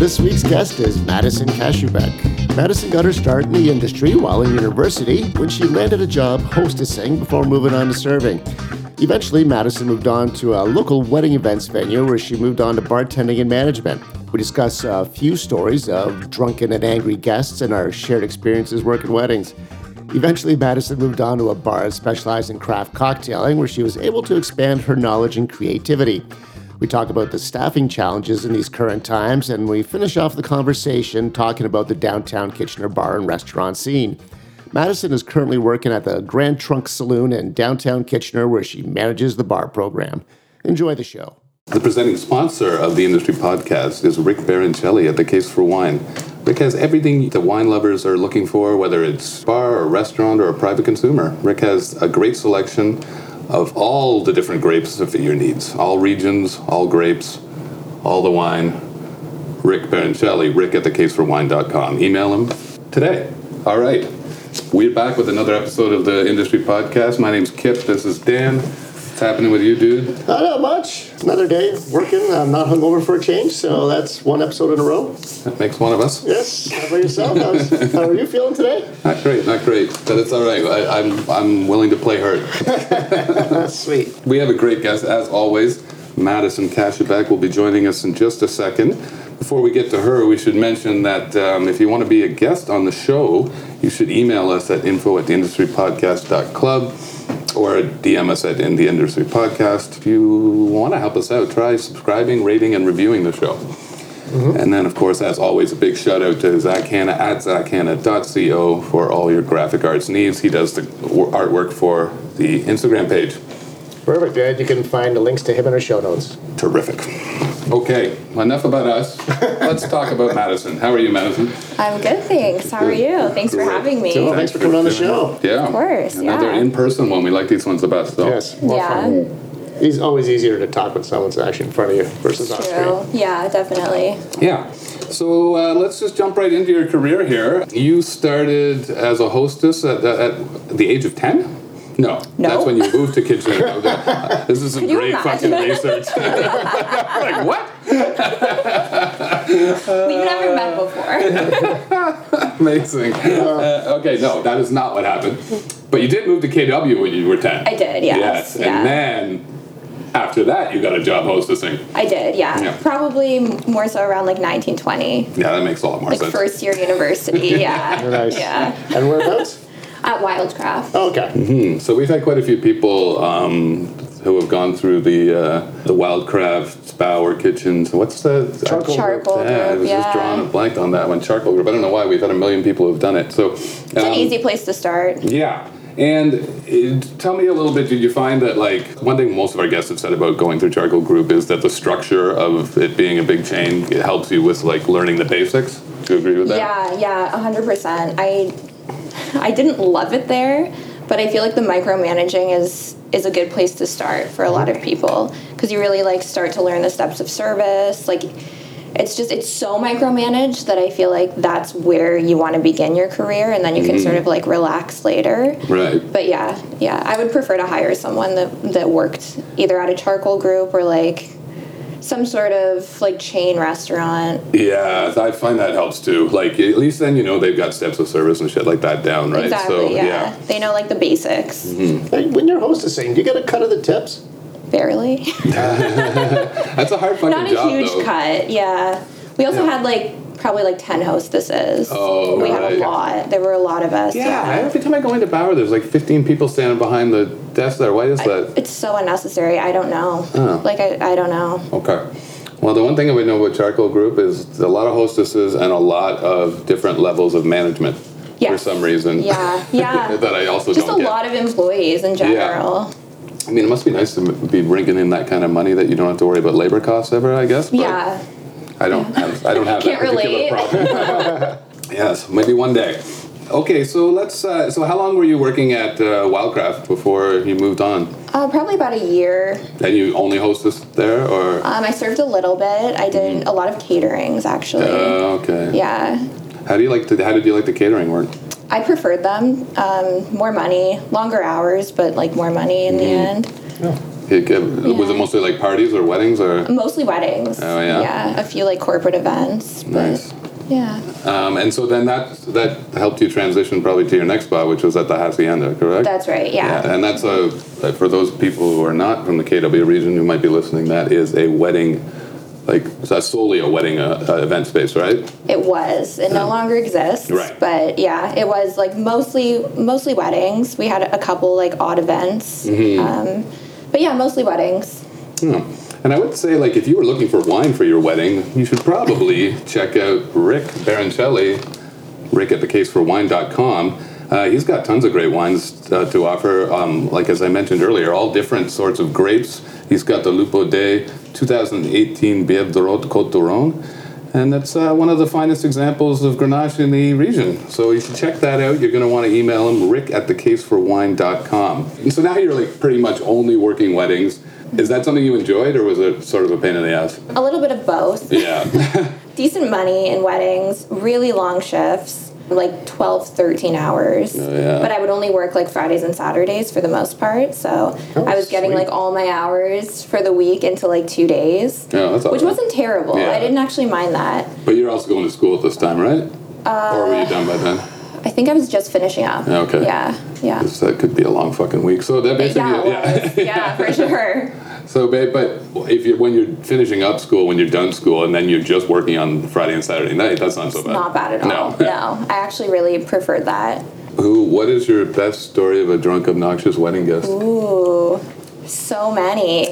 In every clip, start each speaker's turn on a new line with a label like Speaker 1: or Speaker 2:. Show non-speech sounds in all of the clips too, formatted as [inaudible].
Speaker 1: This week's guest is Madison Kashubeck. Madison got her start in the industry while in university when she landed a job hostessing before moving on to serving. Eventually, Madison moved on to a local wedding events venue where she moved on to bartending and management. We discuss a few stories of drunken and angry guests and our shared experiences working weddings. Eventually, Madison moved on to a bar that specialized in craft cocktailing where she was able to expand her knowledge and creativity. We talk about the staffing challenges in these current times, and we finish off the conversation talking about the downtown Kitchener bar and restaurant scene. Madison is currently working at the Grand Trunk Saloon in downtown Kitchener, where she manages the bar program. Enjoy the show.
Speaker 2: The presenting sponsor of the Industry Podcast is Rick Baroncelli at the Case for Wine. Rick has everything that wine lovers are looking for, whether it's bar or restaurant or a private consumer. Rick has a great selection of all the different grapes to fit your needs. All regions, all grapes, all the wine. Rick Baroncelli, rick at thecaseforwine.com. Email him today. All right. We're back with another episode of the Industry Podcast. My name's Kip. This is Dan. What's happening with you, dude?
Speaker 1: Not that much. Another day working. I'm not hungover for a change, so that's one episode in a row.
Speaker 2: That makes one of us.
Speaker 1: Yes. How about yourself? How's, how are you feeling today?
Speaker 2: Not great, not great, but it's all right. I, I'm, I'm willing to play hurt.
Speaker 1: That's Uh, sweet.
Speaker 2: We have a great guest, as always. Madison Kashubeck will be joining us in just a second. Before we get to her, we should mention that um, if you want to be a guest on the show, you should email us at info at club or DM us at in the industry podcast. If you want to help us out, try subscribing, rating, and reviewing the show. And then, of course, as always, a big shout out to Zach Hanna at zachhanna.co for all your graphic arts needs. He does the artwork for the Instagram page.
Speaker 1: Perfect. And you can find the links to him in our show notes.
Speaker 2: Terrific. Okay, enough about us. Let's talk about Madison. How are you, Madison?
Speaker 3: I'm good, thanks. How are you? Thanks for
Speaker 2: Great.
Speaker 3: having me.
Speaker 1: Well, thanks for coming on the show.
Speaker 2: Yeah.
Speaker 3: Of course,
Speaker 2: Another
Speaker 3: yeah.
Speaker 2: in-person one. We like these ones the best, though.
Speaker 1: Yes. more fun.
Speaker 3: Yeah,
Speaker 1: It's always easier to talk when someone's actually in front of you versus on
Speaker 3: true.
Speaker 1: screen.
Speaker 3: Yeah, definitely.
Speaker 2: Yeah. So uh, let's just jump right into your career here. You started as a hostess at, at the age of 10? No,
Speaker 3: No.
Speaker 2: that's when you moved to
Speaker 3: [laughs]
Speaker 2: Kitchener. Okay. This is some
Speaker 3: you
Speaker 2: great
Speaker 3: imagine?
Speaker 2: fucking research. [laughs] like, what?
Speaker 3: We've never met before. [laughs]
Speaker 2: Amazing. Uh, okay, no, that is not what happened. But you did move to KW when you were 10.
Speaker 3: I did,
Speaker 2: Yes.
Speaker 3: yes,
Speaker 2: And
Speaker 3: yeah.
Speaker 2: then after that, you got a job hostessing.
Speaker 3: [laughs] I did, yeah.
Speaker 2: Yeah.
Speaker 3: Probably m- more so around like 1920,
Speaker 2: Yeah, that makes a lot more
Speaker 3: like
Speaker 2: sense.
Speaker 3: first
Speaker 2: [laughs]
Speaker 3: year university. Yeah,
Speaker 1: Nice.
Speaker 3: yeah.
Speaker 1: And
Speaker 3: [laughs]
Speaker 1: whereabouts? Oh,
Speaker 3: At Wildcraft.
Speaker 2: Oh,
Speaker 1: Okay.
Speaker 2: So we've had quite a few people um, who have gone through the uh, the Wildcraft Bower Kitchens. What's the
Speaker 1: Charcoal
Speaker 3: Charcoal
Speaker 2: Yeah,
Speaker 3: group.
Speaker 2: I was
Speaker 3: yeah.
Speaker 2: just drawing a blank on that one. Charcoal group. I don't know why we've had a million people who've done it. So um,
Speaker 3: It's an easy place to start.
Speaker 2: Yeah. And it, tell me a little bit. Did you find that, like, one thing most of our guests have said about going through Charcoal Group is that the structure of it being a big chain it helps you with like learning the basics. Do you agree with that?
Speaker 3: Yeah, yeah, hundred percent. I I didn't love it there, but I feel like the micromanaging is is a good place to start for a lot of people because you really like start to learn the steps of service. Like, it's just it's so micromanaged that I feel like that's where you want to begin your career, and then you can sort of like relax later.
Speaker 2: Right.
Speaker 3: But yeah, yeah, I would prefer to hire someone that that worked either at a charcoal group or like some sort of like chain restaurant.
Speaker 2: Yeah, I find that helps too. Like at least then you know they've got steps of service and shit like that down, right?
Speaker 3: Exactly.
Speaker 2: so Mm-hmm.
Speaker 3: yeah. They know like the basics.
Speaker 1: Hey, when you're hostessing, do you get a cut of the tips?
Speaker 3: Barely.
Speaker 2: that's a hard fucking
Speaker 3: [laughs] Not a
Speaker 2: job.
Speaker 3: huge
Speaker 2: though.
Speaker 3: cut. Yeah. We also
Speaker 2: Yeah.
Speaker 3: had like probably like ten hostesses.
Speaker 2: Oh,
Speaker 3: we had
Speaker 2: right.
Speaker 3: a lot. There were a lot of us.
Speaker 2: Yeah, I- every time I go into Bauer, there's like 15 people standing behind the desk there. Why is that?
Speaker 3: It's so unnecessary. I don't know.
Speaker 2: Oh.
Speaker 3: Like I, I don't know.
Speaker 2: Okay. Well, the one thing I would know about Charcoal Group is a lot of hostesses and a lot of different levels of management for
Speaker 3: Yes.
Speaker 2: some reason.
Speaker 3: Yeah,
Speaker 2: [laughs]
Speaker 3: yeah.
Speaker 2: that I also
Speaker 3: Just a
Speaker 2: don't get.
Speaker 3: lot of employees in general.
Speaker 2: I mean, it must be nice to m- be bringing in that kind of money that you don't have to worry about labor costs ever. I guess. but
Speaker 3: Yeah.
Speaker 2: I
Speaker 3: [laughs]
Speaker 2: don't. Have, I don't have
Speaker 3: Can't
Speaker 2: that particular
Speaker 3: relate.
Speaker 2: problem. [laughs] yes, maybe one day. Okay, so let's. Uh, so, how long were you working at uh, Wildcraft before you moved on?
Speaker 3: Uh, probably about a year.
Speaker 2: And you only hostess there, or?
Speaker 3: Um, I served a little bit. I
Speaker 2: Mm-hmm.
Speaker 3: did a lot of caterings actually.
Speaker 2: Uh, okay.
Speaker 3: yeah.
Speaker 2: How do you like to? How did you like the catering work?
Speaker 3: I
Speaker 2: Mm-hmm.
Speaker 3: preferred them. Um, more money, longer hours, but like more money in the end.
Speaker 2: It, get- Was it mostly like parties or weddings or?
Speaker 3: Mostly weddings.
Speaker 2: Oh, yeah.
Speaker 3: a few like corporate events. But
Speaker 2: Nice.
Speaker 3: Yeah.
Speaker 2: Um, and so then that that helped you transition probably to your next spot, which was at the hacienda, correct?
Speaker 3: That's right. Yeah.
Speaker 2: Yeah, and that's a for those people who are not from the KW region who might be listening. That is a wedding, like that's solely a wedding uh, uh, event space, right?
Speaker 3: It was. It no longer exists.
Speaker 2: Right.
Speaker 3: But yeah, it was like mostly mostly weddings. We had a couple like odd events.
Speaker 2: Mm-hmm.
Speaker 3: Um, but yeah, mostly weddings.
Speaker 2: Yeah. Hmm. And I would say, like, if you were looking for wine for your wedding, you should probably check out Rick Baroncelli, Rick at thecaseforwine.com. Uh, he's got tons of great wines uh, to offer. Um, like as I mentioned earlier, all different sorts of grapes. He's got the Lupo de 2018 Bièvre de Rot Côte d'Oron, and that's uh, one of the finest examples of Grenache in the region. So you should check that out. You're going to want to email him, rick at thecaseforwine.com. And so now you're like pretty much only working weddings. Is that something you enjoyed, or was it sort of a pain in the
Speaker 3: [laughs]
Speaker 2: ass?
Speaker 3: A little bit of both.
Speaker 2: Yeah. [laughs]
Speaker 3: Decent money in weddings, really long shifts, like 12, 13 hours.
Speaker 2: Oh, yeah.
Speaker 3: But I would only work like Fridays and Saturdays for the most part. So
Speaker 1: Oh,
Speaker 3: I was getting
Speaker 1: sweet.
Speaker 3: like all my hours for the week into like two days.
Speaker 2: Yeah, that's all
Speaker 3: Which
Speaker 2: right.
Speaker 3: wasn't terrible.
Speaker 2: Yeah.
Speaker 3: I didn't actually mind that.
Speaker 2: but you're also going to school at this time, right?
Speaker 3: Uh,
Speaker 2: or were you done by then?
Speaker 3: I think I was just finishing up.
Speaker 2: Okay.
Speaker 3: Yeah. Yeah.
Speaker 2: 'Cause that could be a long fucking week. So that basically,
Speaker 3: Yeah, it was. [laughs] yeah. for
Speaker 2: [laughs]
Speaker 3: sure.
Speaker 2: So, babe, but if you're when you're finishing up school, when you're done school, and then you're just working on Friday and Saturday night, that's not so bad.
Speaker 3: Not bad at all.
Speaker 2: No.
Speaker 3: No, I actually really preferred that.
Speaker 2: [laughs] Who? What is your best story of a drunk, obnoxious wedding guest?
Speaker 3: Ooh,
Speaker 2: [laughs]
Speaker 3: so many,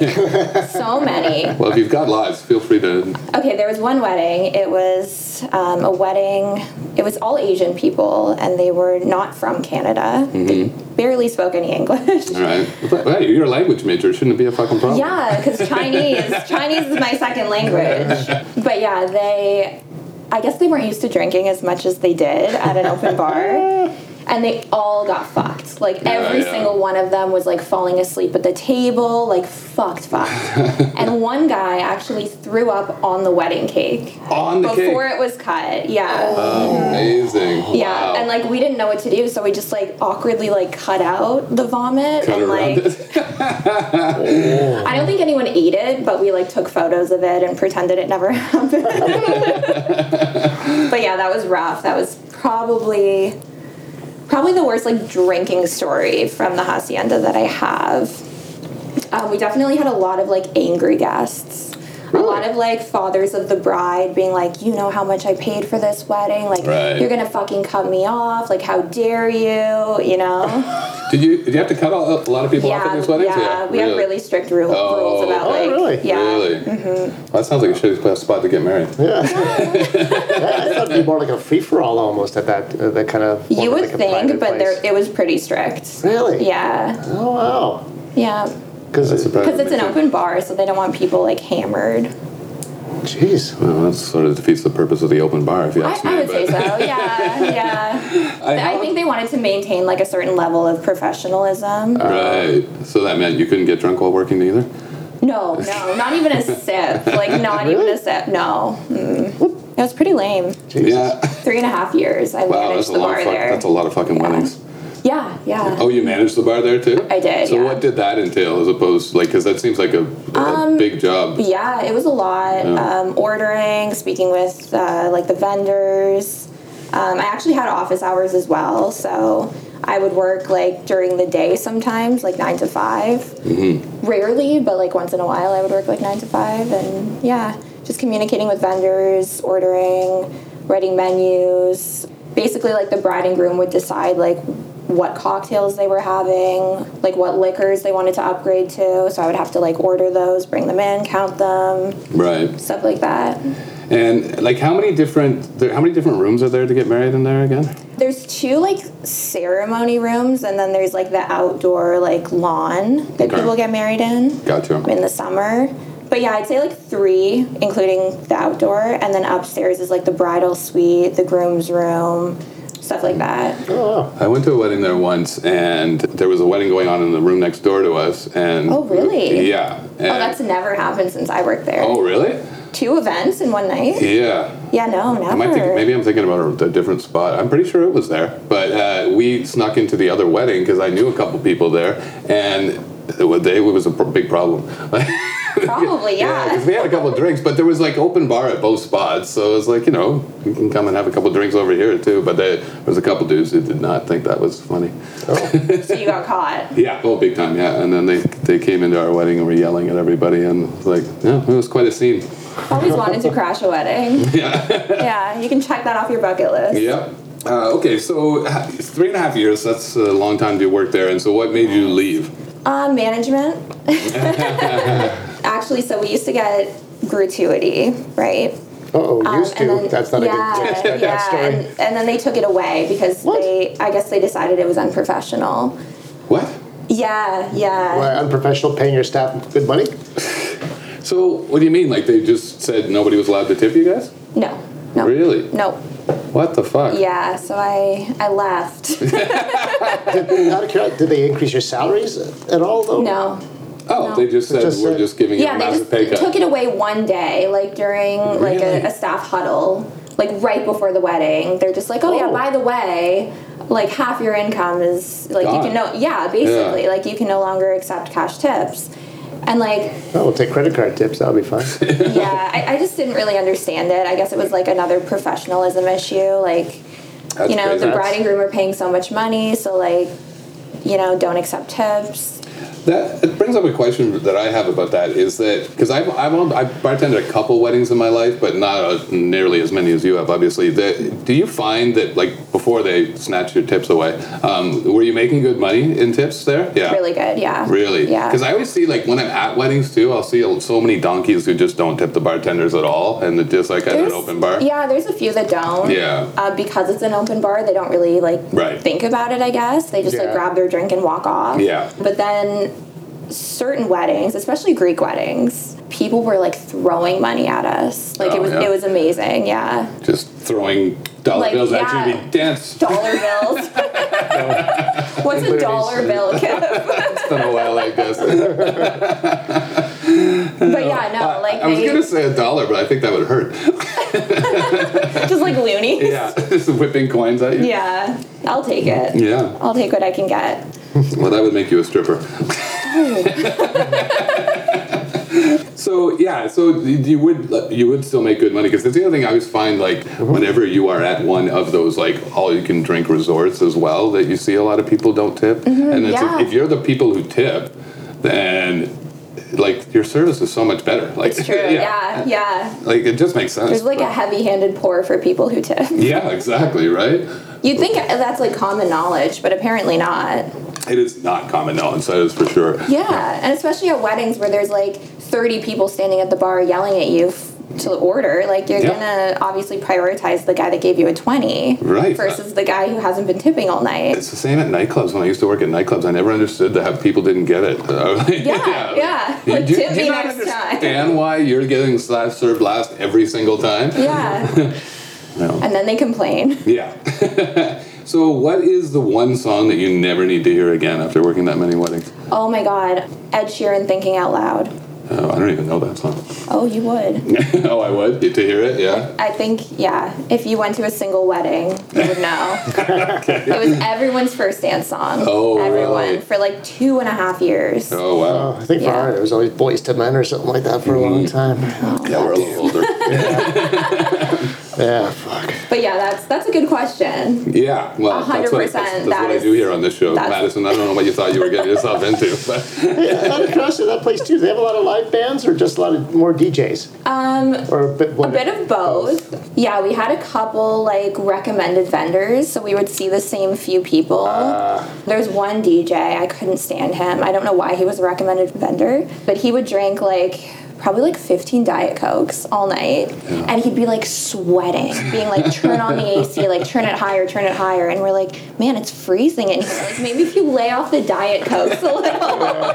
Speaker 3: so many.
Speaker 2: Well, if you've got lives, feel free to.
Speaker 3: Okay, there was one wedding. It was um, a wedding. It was all Asian people, and they were not from Canada. They
Speaker 2: Mm-hmm.
Speaker 3: barely spoke any English.
Speaker 2: All right. But, hey, you're a language major. It shouldn't be a fucking problem.
Speaker 3: Yeah, because
Speaker 2: [laughs]
Speaker 3: Chinese Chinese is my second language. But yeah, they I guess they weren't used to drinking as much as they did at an open
Speaker 2: [laughs]
Speaker 3: bar. And they all got fucked. Like every
Speaker 2: yeah.
Speaker 3: single one of them was like falling asleep at the table, like fucked,
Speaker 2: [laughs]
Speaker 3: fucked. and one guy actually threw up on the wedding cake
Speaker 2: On the
Speaker 3: before
Speaker 2: cake. Oh.
Speaker 3: it was cut. Yeah.
Speaker 2: Amazing.
Speaker 3: Yeah,
Speaker 2: Wow.
Speaker 3: and like we didn't know what to do, so we just like awkwardly like cut out the vomit
Speaker 2: Cut
Speaker 3: and
Speaker 2: around
Speaker 3: like
Speaker 2: it.
Speaker 3: [laughs] I don't think anyone ate it, but we like took photos of it and pretended it never [laughs] happened. but yeah, that was rough. That was probably probably the worst like drinking story from the hacienda that I have. Um, we definitely had a lot of like angry guests. A lot of like fathers of the bride being like, you know how much I paid for this wedding, like
Speaker 2: Right.
Speaker 3: you're gonna fucking cut me off, like how dare you,
Speaker 2: [laughs]
Speaker 3: you know?
Speaker 2: Did you? Did you have to cut all, a lot of people off at
Speaker 3: yeah,
Speaker 2: these weddings?
Speaker 3: yeah, we have really strict rule,
Speaker 2: Oh.
Speaker 3: rules about
Speaker 2: Oh,
Speaker 3: like,
Speaker 1: really?
Speaker 3: yeah,
Speaker 2: Really? Mm-hmm. That sounds like a shitty spot to get married.
Speaker 1: Yeah. Yeah, I thought it'd be more like a free for all almost at that uh, that kind of.
Speaker 3: You
Speaker 1: more
Speaker 3: would
Speaker 1: like a
Speaker 3: think,
Speaker 1: private
Speaker 3: but there,
Speaker 1: place.
Speaker 3: it was pretty strict.
Speaker 1: Really?
Speaker 3: Yeah,
Speaker 1: Oh wow.
Speaker 3: yeah.
Speaker 1: Because
Speaker 2: That's a private
Speaker 3: Because it's an
Speaker 2: picture.
Speaker 3: open bar, so they don't want people like hammered.
Speaker 1: Jeez.
Speaker 2: Well, that sort of defeats the purpose of the open bar, if you
Speaker 3: I,
Speaker 2: ask me.
Speaker 3: I would
Speaker 2: but-
Speaker 3: say so.
Speaker 2: [laughs]
Speaker 3: Yeah, yeah. I think they wanted to maintain like a certain level of
Speaker 2: Uh,
Speaker 3: professionalism.
Speaker 2: Right. So that meant you couldn't get drunk while working either?
Speaker 3: no, no, not even a sip. Like not even
Speaker 1: Really?
Speaker 3: a sip. No. Mm. It was pretty lame.
Speaker 1: Jesus.
Speaker 3: [laughs] Three and a half years
Speaker 2: [laughs]
Speaker 3: I
Speaker 2: Wow, that's
Speaker 3: managed
Speaker 2: a,
Speaker 3: the
Speaker 2: long
Speaker 3: bar
Speaker 2: fuck,
Speaker 3: there.
Speaker 2: that's a lot of fucking weddings.
Speaker 3: yeah, yeah.
Speaker 2: Oh, you managed the bar there too?
Speaker 3: I did,
Speaker 2: So
Speaker 3: yeah.
Speaker 2: what did that entail as opposed, like, because that seems like a, a
Speaker 3: Um,
Speaker 2: big job.
Speaker 3: Yeah, it was a lot. Um, ordering, speaking with uh, like the vendors. Um, I actually had office hours as well, so I would work like during the day sometimes, like nine to 5 Rarely, but like once in a while, I would work like nine to five, and yeah, just communicating with vendors, ordering, writing menus. Basically, like the bride and groom would decide like what cocktails they were having, like what liquors they wanted to upgrade to. So I would have to like order those, bring them in, count them,
Speaker 2: Right.
Speaker 3: stuff like that.
Speaker 2: And, like, how many different, there, how many different rooms are there to get married in there again?
Speaker 3: There's two like ceremony rooms, and then there's like the outdoor like lawn that
Speaker 2: Okay.
Speaker 3: people get married in
Speaker 2: Gotcha.
Speaker 3: in the summer. But yeah, I'd say like three, including the outdoor, and then upstairs is like the bridal suite, the groom's room, stuff like that.
Speaker 1: Oh wow.
Speaker 2: I went to a wedding there once, and there was a wedding going on in the room next door to us, and...
Speaker 3: Oh, really?
Speaker 2: Yeah.
Speaker 3: Oh, that's never happened since I worked there.
Speaker 2: Oh, really?
Speaker 3: Two events in one night?
Speaker 2: Yeah.
Speaker 3: Yeah, no, never.
Speaker 2: I might think, maybe I'm thinking about a, a different spot. I'm pretty sure it was there, but uh, we snuck into the other wedding because I knew a couple people there, and it was, it was a big problem. [laughs]
Speaker 3: Probably, yeah. [laughs]
Speaker 2: 'cause we had a couple of drinks, but there was like open bar at both spots, so it was like you know you can come and have a couple of drinks over here too. But there was a couple dudes who did not think that was funny.
Speaker 3: so you got caught.
Speaker 2: Yeah, oh, big time, yeah. And then they they came into our wedding and were yelling at everybody, and it was like yeah, it was quite a scene.
Speaker 3: Always wanted to crash a wedding.
Speaker 2: [laughs] Yeah,
Speaker 3: Yeah, you can check that off your bucket list.
Speaker 2: yeah. Uh, okay, so uh, it's three and a half years. That's a long time to work there. And so, what made you leave? [laughs]
Speaker 3: Uh, management. [laughs] Actually, so we used to get gratuity, right?
Speaker 1: Oh,
Speaker 3: Um,
Speaker 1: used to.
Speaker 3: and then-
Speaker 1: That's not
Speaker 3: yeah,
Speaker 1: a good place to start that
Speaker 3: yeah,
Speaker 1: story.
Speaker 3: And, and then they took it away because
Speaker 1: What?
Speaker 3: they, I guess they decided it was unprofessional.
Speaker 2: What?
Speaker 3: Yeah, yeah.
Speaker 1: Why, unprofessional paying your staff good money?
Speaker 2: So, what do you mean? Like they just said nobody was allowed to tip you guys?
Speaker 3: No, no.
Speaker 2: Really?
Speaker 3: No.
Speaker 2: What the fuck?
Speaker 3: Yeah, so I,
Speaker 1: [laughs]
Speaker 3: I left.
Speaker 1: Out of curiosity, did they increase your salaries at all, though?
Speaker 3: no.
Speaker 2: Oh,
Speaker 3: No.
Speaker 2: they just said
Speaker 1: Just
Speaker 2: we're
Speaker 1: said-
Speaker 2: just giving you
Speaker 3: Yeah,
Speaker 2: a
Speaker 3: they
Speaker 2: massive
Speaker 3: just
Speaker 2: pay cut.
Speaker 3: took it away one day, like during like
Speaker 2: Really?
Speaker 3: a, a staff huddle, like right before the wedding. They're just like, oh, yeah,
Speaker 1: Oh.
Speaker 3: by the way, like half your income is like
Speaker 2: Gone.
Speaker 3: you can no, yeah, basically, like you can no longer accept cash tips, and like
Speaker 1: Oh, we'll take credit card tips. That'll be fun.
Speaker 3: yeah, I, I just didn't really understand it. I guess it was like another professionalism issue. Like,
Speaker 2: That's
Speaker 3: you know,
Speaker 2: crazy.
Speaker 3: the bride and groom are paying so much money, so like, you know, don't accept tips.
Speaker 2: That it brings up a question that I have about that is that because I've I've, owned, I've bartended a couple weddings in my life, but not uh nearly as many as you have, obviously. That do you find that like before they snatch your tips away, um, were you making good money in tips there? Yeah,
Speaker 3: Really good, yeah.
Speaker 2: Really?
Speaker 3: Yeah.
Speaker 2: Because I always see, like, when I'm at weddings too, I'll see so many donkeys who just don't tip the bartenders at all, and they're just like at an
Speaker 3: There's-
Speaker 2: open bar.
Speaker 3: Yeah, there's a few that don't.
Speaker 2: Yeah.
Speaker 3: Uh, because it's an open bar, they don't really like
Speaker 2: Right.
Speaker 3: think about it. I guess they just
Speaker 1: Yeah.
Speaker 3: like grab their drink and walk off.
Speaker 2: Yeah.
Speaker 3: But then certain weddings, especially Greek weddings, people were like throwing money at us. Like
Speaker 2: Oh,
Speaker 3: it was
Speaker 2: yeah.
Speaker 3: it was amazing. Yeah.
Speaker 2: Just throwing dollar
Speaker 3: Like,
Speaker 2: bills
Speaker 3: yeah.
Speaker 2: at you and dance.
Speaker 3: Dollar [laughs] bills. What's a dollar bill, [laughs] Kim?
Speaker 2: It's been a while like
Speaker 3: [laughs]
Speaker 2: this.
Speaker 3: But yeah, no, like
Speaker 2: I was
Speaker 3: they
Speaker 2: gonna say a dollar, but I think that would hurt.
Speaker 3: just like loonies.
Speaker 2: Yeah, [laughs] just whipping coins at you.
Speaker 3: Yeah, I'll take it.
Speaker 2: Yeah.
Speaker 3: I'll take what I can get.
Speaker 2: Well, that would make you a
Speaker 3: [laughs]
Speaker 2: stripper. So yeah, so you would you would still make good money because that's the other thing I always find like whenever you are at one of those like all you can drink resorts as well that you see a lot of people don't tip, and it's
Speaker 3: Mm-hmm. yeah.
Speaker 2: if you're the people who tip, then like your service is so much better. Like [laughs]
Speaker 3: It's true. yeah. yeah.
Speaker 2: like it just makes sense.
Speaker 3: There's like a heavy-handed pour for people who tip.
Speaker 2: yeah, exactly right.
Speaker 3: You'd think that's like common knowledge, but apparently not.
Speaker 2: It is not common knowledge, that is for sure.
Speaker 3: Yeah, and especially at weddings where there's like 30 people standing at the bar yelling at you f- to order, like you're
Speaker 2: Yeah.
Speaker 3: gonna obviously prioritize the guy that gave you a 20
Speaker 2: Right.
Speaker 3: versus the guy who hasn't been tipping all night.
Speaker 2: It's the same at nightclubs. When I used to work at nightclubs, I never understood that how people didn't get it. [laughs]
Speaker 3: Yeah, yeah. Like,
Speaker 2: do,
Speaker 3: tip
Speaker 2: do
Speaker 3: me
Speaker 2: you not
Speaker 3: next time.
Speaker 2: understand why you're getting slash served last every single time?
Speaker 3: Yeah.
Speaker 2: No.
Speaker 3: And then they complain.
Speaker 2: Yeah. [laughs] so, what is the one song that you never need to hear again after working that many weddings?
Speaker 3: Oh my god, Ed Sheeran thinking out loud.
Speaker 2: Oh, I don't even know that song. [laughs]
Speaker 3: Oh, you would.
Speaker 2: oh, I would get to hear it. Yeah.
Speaker 3: I think, yeah, if you went to a single wedding, you would
Speaker 2: [laughs]
Speaker 3: know. It was everyone's first dance song.
Speaker 2: Oh,
Speaker 3: Everyone.
Speaker 2: really?
Speaker 3: For like two and a half years.
Speaker 2: Oh wow.
Speaker 1: Oh, I think for
Speaker 3: Yeah.
Speaker 1: ours, it was always boys to men or something like that for a long time.
Speaker 3: Oh,
Speaker 2: Yeah, we're a little older.
Speaker 3: [laughs]
Speaker 1: Yeah, fuck.
Speaker 3: But yeah, that's that's a good question.
Speaker 2: yeah, well, that's what, I, that's,
Speaker 3: 100%
Speaker 2: that's
Speaker 3: that
Speaker 2: what I
Speaker 3: is-
Speaker 2: do here on this show,
Speaker 3: that's-
Speaker 2: Madison. I don't know what you thought you were getting yourself into, but
Speaker 1: Yeah, out of curiosity, that place too. Do they have a lot of live bands or just a lot of more DJs?
Speaker 3: Um,
Speaker 1: Or a bit,
Speaker 3: a bit of both. Yeah, we had a couple like recommended vendors, so we would see the same few people. There's one DJ, I couldn't stand him. I don't know why he was a recommended vendor, but he would drink like probably like 15 diet cokes all night and he'd be like sweating being like turn on the ac like turn it higher turn it higher and we're like man it's freezing in here like maybe if you lay off the diet cokes a little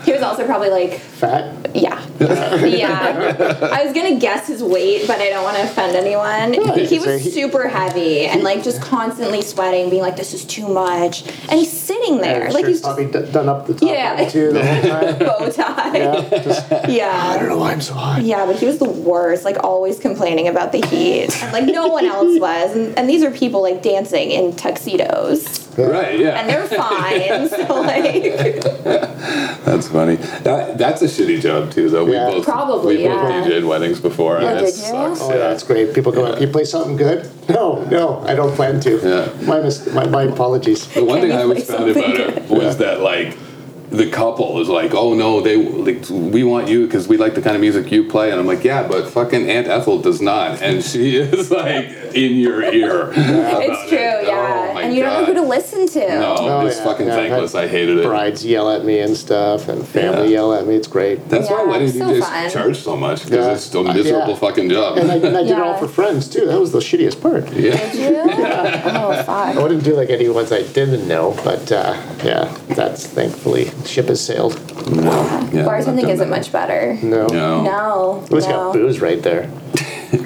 Speaker 3: he was also probably like
Speaker 1: fat. [laughs]
Speaker 3: yeah. yeah. I was going to guess his weight, but I don't want to offend anyone. He, he
Speaker 1: So he-
Speaker 3: was super heavy and like just constantly sweating, being like, this is too much. And he's sitting there.
Speaker 1: His
Speaker 3: like
Speaker 1: shirt's
Speaker 3: he's just
Speaker 1: probably d- done up the top
Speaker 3: Yeah.
Speaker 1: of it, too the whole [laughs] time.
Speaker 3: bow tie. Yeah.
Speaker 1: Yeah, just, I
Speaker 3: [laughs] yeah.
Speaker 1: don't know why I'm so hot.
Speaker 3: but he was the worst, like always complaining about the heat. And like no one else was. And, and these are people like dancing in tuxedos.
Speaker 2: [laughs] Right, yeah.
Speaker 3: and they're fine. [laughs] so like,
Speaker 2: That's funny. That, that's a shitty job too, though.
Speaker 1: Yeah.
Speaker 2: We both
Speaker 3: Probably,
Speaker 2: we both
Speaker 3: yeah.
Speaker 2: DJed weddings before, and
Speaker 3: Oh,
Speaker 2: that
Speaker 3: did you?
Speaker 2: sucks.
Speaker 1: Oh,
Speaker 2: yeah.
Speaker 1: that's great. People go, "Can you play something good?" [laughs] No, no, I don't plan to.
Speaker 2: Yeah.
Speaker 1: My, mis- my my apologies.
Speaker 2: The one
Speaker 3: Can
Speaker 2: thing
Speaker 3: you
Speaker 2: I always
Speaker 3: play
Speaker 2: found about
Speaker 3: something
Speaker 2: it was that like the couple is like, oh no, they like we want you because we like the kind of music you play, and I'm like, yeah, but fucking Aunt Ethel does not, and she [laughs] is like in your ear.
Speaker 3: [laughs] it's true, yeah.
Speaker 2: Oh, my
Speaker 3: and you don't know
Speaker 2: God.
Speaker 3: who to listen to. [laughs]
Speaker 2: No,
Speaker 1: Oh,
Speaker 2: it's
Speaker 1: yeah,
Speaker 2: fucking
Speaker 1: yeah, I've had
Speaker 2: thankless. I hated it.
Speaker 1: Brides yell at me and stuff, and family
Speaker 2: Yeah.
Speaker 1: yell at me. It's great.
Speaker 2: That's why
Speaker 3: Yeah,
Speaker 2: wedding
Speaker 3: it's so
Speaker 2: DJs
Speaker 3: fun.
Speaker 2: charge so much because
Speaker 1: Yeah. Uh,
Speaker 2: it's a miserable
Speaker 1: Yeah.
Speaker 2: fucking job.
Speaker 1: And I, and I did it all
Speaker 3: Yeah.
Speaker 1: for friends too. That was the shittiest part.
Speaker 2: [laughs] yeah.
Speaker 3: Did you? Oh
Speaker 1: [laughs]
Speaker 3: fuck.
Speaker 1: I wouldn't do like any ones I didn't know, but uh, yeah, that's thankfully ship has sailed.
Speaker 2: Yeah, I've
Speaker 3: Bartending
Speaker 2: done
Speaker 3: isn't
Speaker 2: that.
Speaker 3: much better.
Speaker 1: No,
Speaker 2: No.
Speaker 3: No.
Speaker 1: at least
Speaker 3: no.
Speaker 1: got booze right there.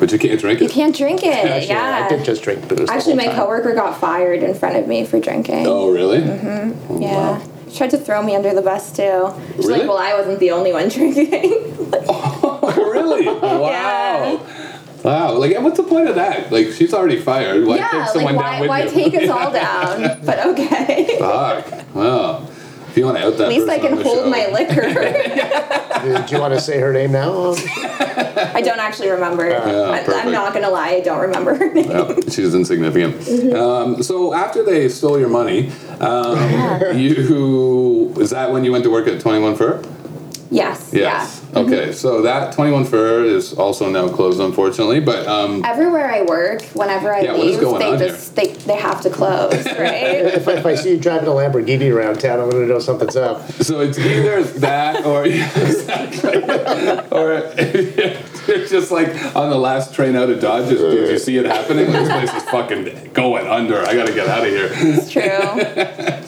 Speaker 2: But you can't drink
Speaker 3: You
Speaker 2: it.
Speaker 3: can't drink it.
Speaker 1: Actually,
Speaker 3: yeah.
Speaker 1: I did just drink booze. the
Speaker 3: Actually,
Speaker 1: whole
Speaker 3: my
Speaker 1: time.
Speaker 3: coworker got fired in front of me for drinking.
Speaker 2: Oh, really?
Speaker 3: Mm-hmm. yeah. She tried to throw me under the bus too. She's
Speaker 2: Really?
Speaker 3: like, "Well, I wasn't the only one [laughs] drinking."
Speaker 2: [laughs] Oh,
Speaker 3: [laughs]
Speaker 2: really? Wow.
Speaker 3: Yeah.
Speaker 2: Wow. Like, what's the point of that? Like, she's already fired. Why take
Speaker 3: yeah,
Speaker 2: someone
Speaker 3: like
Speaker 2: down
Speaker 3: why
Speaker 2: with
Speaker 3: why
Speaker 2: you?
Speaker 3: take
Speaker 2: [laughs]
Speaker 3: us all down? But okay.
Speaker 2: Fuck. Wow. If you want to out that
Speaker 3: At least I
Speaker 2: person on
Speaker 3: can
Speaker 2: the
Speaker 3: hold
Speaker 2: show-
Speaker 3: my liquor.
Speaker 2: [laughs]
Speaker 1: Do you want to say her name now?
Speaker 3: I don't actually remember. I,
Speaker 2: perfect.
Speaker 3: I'm not gonna lie, I don't remember [laughs] her name.
Speaker 2: Yeah, she's insignificant.
Speaker 3: Mm-hmm.
Speaker 2: Um, so after they stole your money, um, you is that when you went to work at Twenty One Fur?
Speaker 3: Yes.
Speaker 2: Yes.
Speaker 3: Yeah. Mm-hmm.
Speaker 2: Okay. So that Twenty One Fur is also now closed, unfortunately. But um,
Speaker 3: Everywhere I work, whenever I
Speaker 2: Yeah, what is
Speaker 3: leave,
Speaker 2: going on
Speaker 3: they just they, they have to close, [laughs] right?
Speaker 1: [laughs] if, I, if I see you driving a Lamborghini around town, I'm going to know something's up.
Speaker 2: so it's either that or [laughs] yeah, exactly. or [laughs] it's just like on the last train out of Dodge. just, Did you see it happening? This place is fucking going under. I gotta get out of here.
Speaker 3: It's true.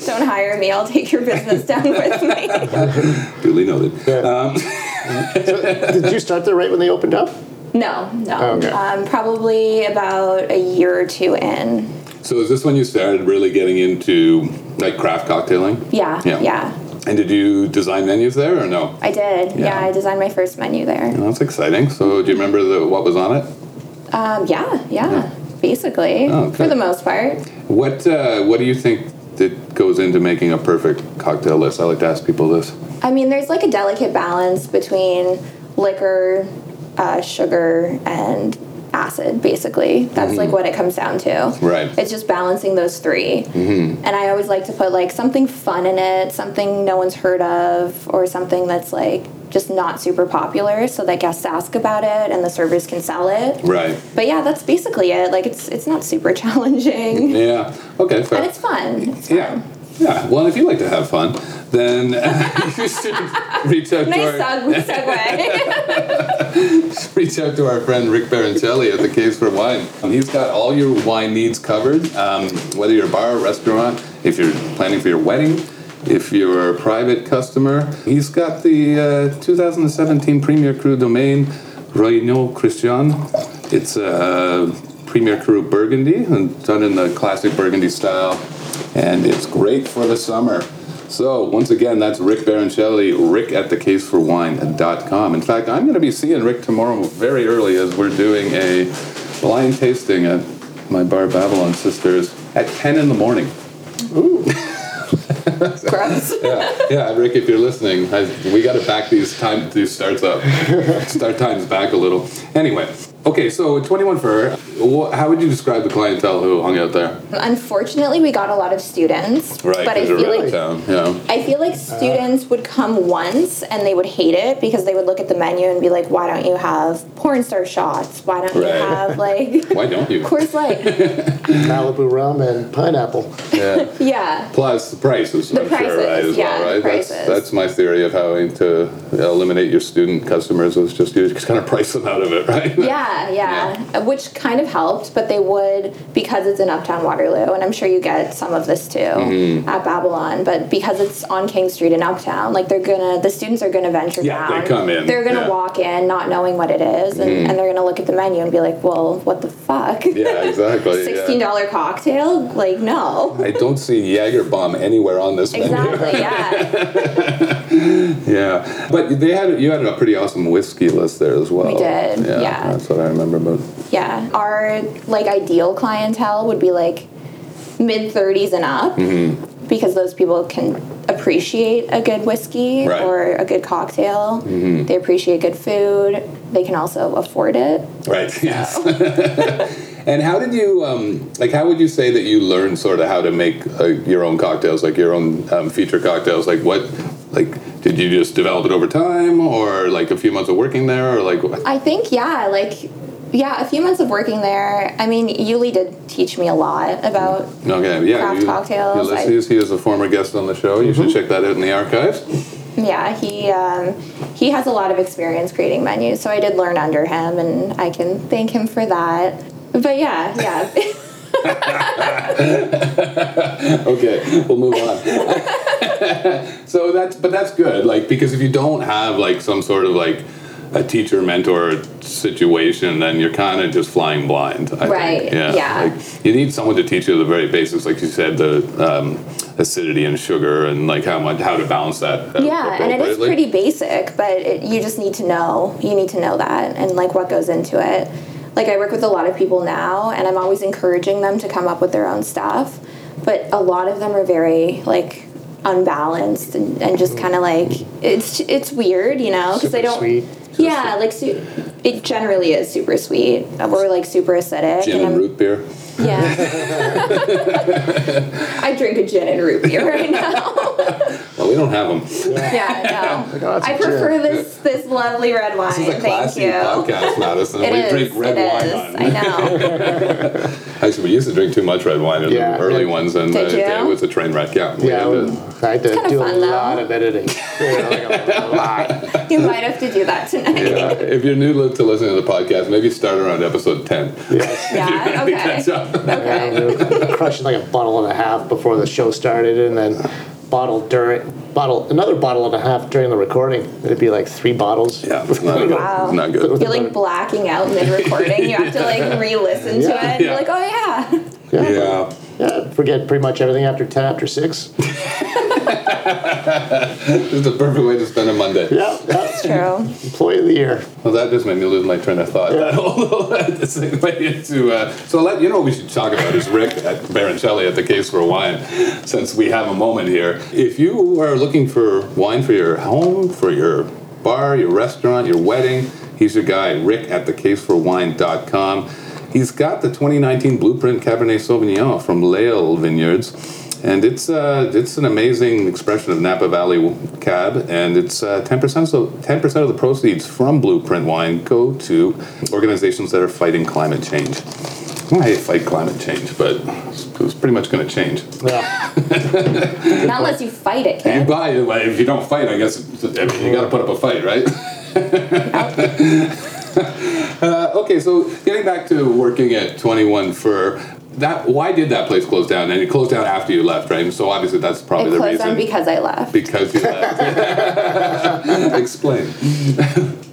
Speaker 3: Don't hire me. I'll take your business down with me.
Speaker 2: Duly noted.
Speaker 1: [laughs] Did you start there right when they opened up?
Speaker 3: No, no.
Speaker 1: Okay.
Speaker 3: Um, probably about a year or two in.
Speaker 2: So is this when you started really getting into like craft cocktailing?
Speaker 3: Yeah,
Speaker 2: Yeah.
Speaker 3: yeah.
Speaker 2: And did you design menus there or no?
Speaker 3: I did. Yeah.
Speaker 2: Yeah.
Speaker 3: I designed my first menu there.
Speaker 2: That's exciting. So do you remember the, what was on it?
Speaker 3: Um, yeah, yeah. Basically,
Speaker 2: Oh,
Speaker 3: for
Speaker 2: good.
Speaker 3: the most part.
Speaker 2: What uh, What do you think that goes into making a perfect cocktail list? I like to ask people this.
Speaker 3: I mean, there's like a delicate balance between liquor, uh, sugar, and acid, basically. That's like what it comes down to.
Speaker 2: Mm-hmm. Right.
Speaker 3: It's just balancing those 3 Mm-hmm. And I always like to put like something fun in it, something no one's heard of, or something that's like just not super popular so that guests ask about it and the servers can sell it.
Speaker 2: Right.
Speaker 3: But yeah, that's basically it. Like it's it's not super [laughs] challenging.
Speaker 2: Yeah. Okay. Fair.
Speaker 3: And it's fun. It's fun.
Speaker 2: yeah. Yeah. Well, if you like to have fun, then [laughs] you should reach out
Speaker 3: Nice
Speaker 2: to our
Speaker 3: seg- segue.
Speaker 2: [laughs] reach out to our friend Rick Baroncelli at the Case for Wine. Um, He's got all your wine needs covered. Um, whether you're a bar, restaurant, if you're planning for your wedding, if you're a private customer, he's got the uh, 2017 Premier Cru Domain Reino Christian. It's a Premier Cru Burgundy, and done in the classic Burgundy style, and it's great for the summer. So, once again, that's Rick Baroncelli, rick at thecaseforwine.com. In fact, I'm going to be seeing Rick tomorrow very early as we're doing a blind tasting at my bar Babylon Sisters at 10 in the morning.
Speaker 3: Gross.
Speaker 2: Yeah, [laughs] yeah Rick, if you're listening, I, we got to back these time these starts up, start times back a little. Anyway, okay, so 21 Fur, wh- how would you describe the clientele who hung out there?
Speaker 3: Unfortunately, we got a lot of students. But I
Speaker 2: 'cause
Speaker 3: feel
Speaker 2: you're out of
Speaker 3: like
Speaker 2: town, yeah.
Speaker 3: I feel like students would come once and they would hate it because they would look at the menu and be like, "Why don't you have porn star shots? Why don't
Speaker 2: Right.
Speaker 3: you have like [laughs]
Speaker 2: Why don't you?
Speaker 3: Coors Light?"
Speaker 1: Malibu rum and pineapple.
Speaker 2: Yeah.
Speaker 3: yeah.
Speaker 2: Plus the prices,
Speaker 3: The
Speaker 2: I'm
Speaker 3: prices,
Speaker 2: sure, right? As
Speaker 3: yeah,
Speaker 2: well, right?
Speaker 3: the
Speaker 2: That's,
Speaker 3: prices.
Speaker 2: that's my theory of how to eliminate your student customers was just you just kind of price them out of it, right?
Speaker 3: Yeah, yeah, Which kind of helped, but they would because it's in Uptown Waterloo, and I'm sure you get some of this too
Speaker 2: Mm-hmm.
Speaker 3: at Babylon. But because it's on King Street in Uptown, like they're gonna, the students are gonna venture
Speaker 2: Yeah, they
Speaker 3: down.
Speaker 2: come in,
Speaker 3: They're gonna
Speaker 2: yeah. Mm-hmm.
Speaker 3: walk in not knowing what it is, and, and they're gonna look at the menu and be like, "Well, what the
Speaker 2: [laughs]
Speaker 3: fuck?
Speaker 2: Yeah, exactly.
Speaker 3: [laughs] Sixteen
Speaker 2: yeah.
Speaker 3: dollar cocktail?
Speaker 2: [laughs]
Speaker 3: Like no."
Speaker 2: I don't see Jaeger bomb anywhere on this menu.
Speaker 3: Exactly. Yeah,
Speaker 2: Yeah, but they had you had a pretty awesome whiskey list there as well.
Speaker 3: We did, yeah.
Speaker 2: that's what I remember. But
Speaker 3: yeah. Our like ideal clientele would be like mid 30s and up because those people can appreciate a good whiskey
Speaker 2: Right.
Speaker 3: or a good cocktail. They appreciate good food. They can also afford it.
Speaker 2: Right. Yes. [laughs] and how did you um, like? How would you say that you learned sort of how to make uh, your own cocktails, like your own um, feature cocktails? Like what? Like did you just develop it over time, or like a few months of working there, or like? what-
Speaker 3: I think, yeah, like, yeah, a few months of working there. I mean, Yuli did teach me a lot about
Speaker 2: Okay. Yeah.
Speaker 3: Craft
Speaker 2: you-
Speaker 3: cocktails, Mm-hmm. I-
Speaker 2: Ulysses. He is a former guest on the show. You should check that out in the archives.
Speaker 3: Yeah, he um, he has a lot of experience creating menus, so I did learn under him, and I can thank him for that. But yeah, yeah,
Speaker 2: Okay. We'll move on. [laughs] so that's but that's good. Like because if you don't have like some sort of like a teacher mentor situation, then you're kind of just flying blind. I think.
Speaker 3: Right, yeah.
Speaker 2: Like, you need someone to teach you the very basics, like you said, the um, acidity and sugar, and like how much how to balance that. uh,
Speaker 3: yeah, and it is
Speaker 2: appropriately.
Speaker 3: pretty basic, but it, you just need to know. You need to know that, and like what goes into it. Like I work with a lot of people now, and I'm always encouraging them to come up with their own stuff, but a lot of them are very like unbalanced and, and just kind of like it's it's weird, you know, because they
Speaker 4: Super
Speaker 3: don't.
Speaker 4: sweet.
Speaker 3: Yeah, like su- it generally is super sweet or like super acidic.
Speaker 2: Gin
Speaker 3: and
Speaker 2: and
Speaker 3: I'm-
Speaker 2: root beer.
Speaker 3: Yeah. [laughs] I drink a gin and root beer right now.
Speaker 2: Well, we don't have them.
Speaker 3: yeah, no.
Speaker 4: lots
Speaker 3: I
Speaker 4: of
Speaker 3: prefer this this lovely red wine.
Speaker 2: This is a
Speaker 3: Thank
Speaker 2: classy
Speaker 3: you.
Speaker 2: podcast, Madison.
Speaker 3: It
Speaker 2: we
Speaker 3: is.
Speaker 2: drink red
Speaker 3: it
Speaker 2: wine
Speaker 3: is.
Speaker 2: on.
Speaker 3: I know.
Speaker 2: Actually, we used to drink too much red wine in
Speaker 4: Yeah.
Speaker 2: the early ones, and
Speaker 3: Did you?
Speaker 2: it was a train wreck. Yeah, we
Speaker 4: Yeah,
Speaker 2: had
Speaker 4: we-
Speaker 2: to-
Speaker 4: I had to
Speaker 3: kinda
Speaker 4: do a
Speaker 3: fun, though.
Speaker 4: lot of
Speaker 1: [laughs]
Speaker 4: editing. Yeah, like a lot.
Speaker 3: you might have to do that
Speaker 2: [laughs]
Speaker 3: tonight.
Speaker 2: Yeah,
Speaker 4: [laughs]
Speaker 2: if you're new li- to listening to the podcast, maybe start around episode 10.
Speaker 4: Yes.
Speaker 3: Yeah.
Speaker 2: [laughs] Really catch
Speaker 3: Okay.
Speaker 2: up.
Speaker 4: Yeah,
Speaker 3: Okay.
Speaker 4: we were crushing like a bottle and a half before the show started, and then bottle during bottle another bottle and a half during the recording. It'd be like three bottles.
Speaker 2: Yeah, it's not good.
Speaker 3: Wow.
Speaker 2: It's not good.
Speaker 3: You're like blacking out mid recording. You have
Speaker 2: [laughs]
Speaker 3: to like re-listen to it. And You're like, oh yeah.
Speaker 4: Yeah.
Speaker 2: Yeah.
Speaker 4: Yeah, forget pretty much everything after ten, after six.
Speaker 2: This is the perfect way to spend a Monday.
Speaker 4: Yeah, that's
Speaker 3: It's true.
Speaker 4: employee of the year.
Speaker 2: Well, that just made me lose my train of thought. That [laughs] whole this thing went into, uh, so let you know what we should talk about is Rick at Baroncelli at the Case for Wine, since we have a moment here. If you are looking for wine for your home, for your bar, your restaurant, your wedding, he's your guy, Rick at thecaseforwine.com. He's got the 2019 Blueprint Cabernet Sauvignon from Lael Vineyards. And it's uh, it's an amazing expression of Napa Valley cab, and it's uh, ten percent so ten percent of the proceeds from Blueprint Wine go to organizations that are fighting climate change. Well, I fight climate change, but it's, it's pretty much going to change.
Speaker 4: Yeah.
Speaker 3: Not unless you fight it,
Speaker 2: You
Speaker 3: kid.
Speaker 2: buy it, well, if you don't fight, I guess it's- I mean, you got to put up a fight, right? [laughs] uh, okay, so getting back to working at Twenty One Fur. That why did that place close down? And it closed down after you left, right? So obviously that's probably
Speaker 3: It
Speaker 2: the
Speaker 3: closed
Speaker 2: reason.
Speaker 3: down because I left.
Speaker 2: Because you left. [laughs] Explain.